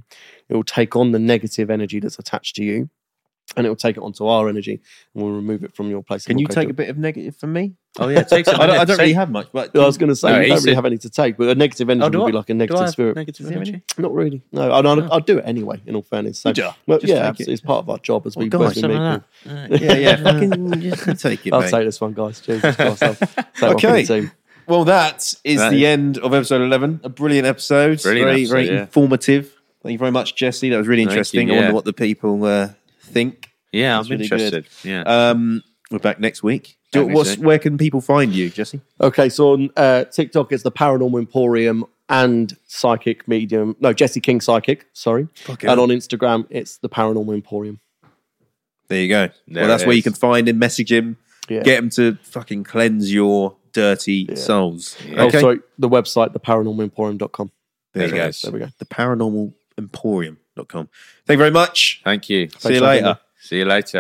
B: It will take on the negative energy that's attached to you, and it will take it onto our energy, and we'll remove it from your place.
A: Can you take a bit of negative from me?
C: Oh yeah, take
A: *laughs*
C: some.
A: I don't, I don't
C: Take-
A: really have much, but
B: I was going to say
C: No,
B: we
C: he
B: don't really
C: said-
B: have any to take, but a negative energy
C: Oh, do
B: would be
C: I-
B: like a
C: do I
B: negative
C: have
B: spirit.
C: negative
A: Is there
C: energy?
B: Not really. No, and I'd, I'd do it anyway. In all fairness, so
A: Would ya?
B: well,
A: Just
B: yeah,
A: take it.
B: absolutely. it's part of our job as
A: Well,
B: we,
A: guys,
B: as we
C: Something
B: meet.
C: like
B: people.
C: that.
A: yeah, *laughs* yeah, fucking just take it,
B: I'll
A: mate.
B: take this one, guys.
C: *laughs*
B: Jesus Christ, I'll take one for
A: Okay.
B: the team.
A: Well, that is
C: That
A: the
C: is-
A: end of episode 11. A brilliant episode.
C: Brilliant
A: very,
C: episode,
A: very
C: yeah.
A: informative. Thank you very much, Jesse. That was really
C: Thank you,
A: interesting. I
C: yeah.
A: wonder what the people uh, think.
C: Yeah,
A: That's
C: I'm
A: really good.
C: interested. Yeah.
A: Um, we're back next week. Do,
C: Back next
A: what's,
C: week.
A: where can people find you, Jesse?
B: Okay, so on uh, TikTok, it's the Paranormal Emporium and Psychic Medium. No, Jesse King Psychic, sorry.
A: Fucking
B: and
A: hell.
B: on Instagram, it's the Paranormal Emporium.
A: There you go.
C: There
A: well, that's
C: it
A: where you
C: is.
A: can find him, message him,
B: Yeah.
A: get him to fucking cleanse your dirty souls.
B: Oh,
A: Okay.
B: sorry, the website, theparanormalemporium.com.
A: there you
C: There it
A: go.
C: is.
B: There we go.
A: The paranormal emporium.com. Thank you very much.
C: Thank you.
A: See you
B: for having
A: later.
B: me.
C: See you later.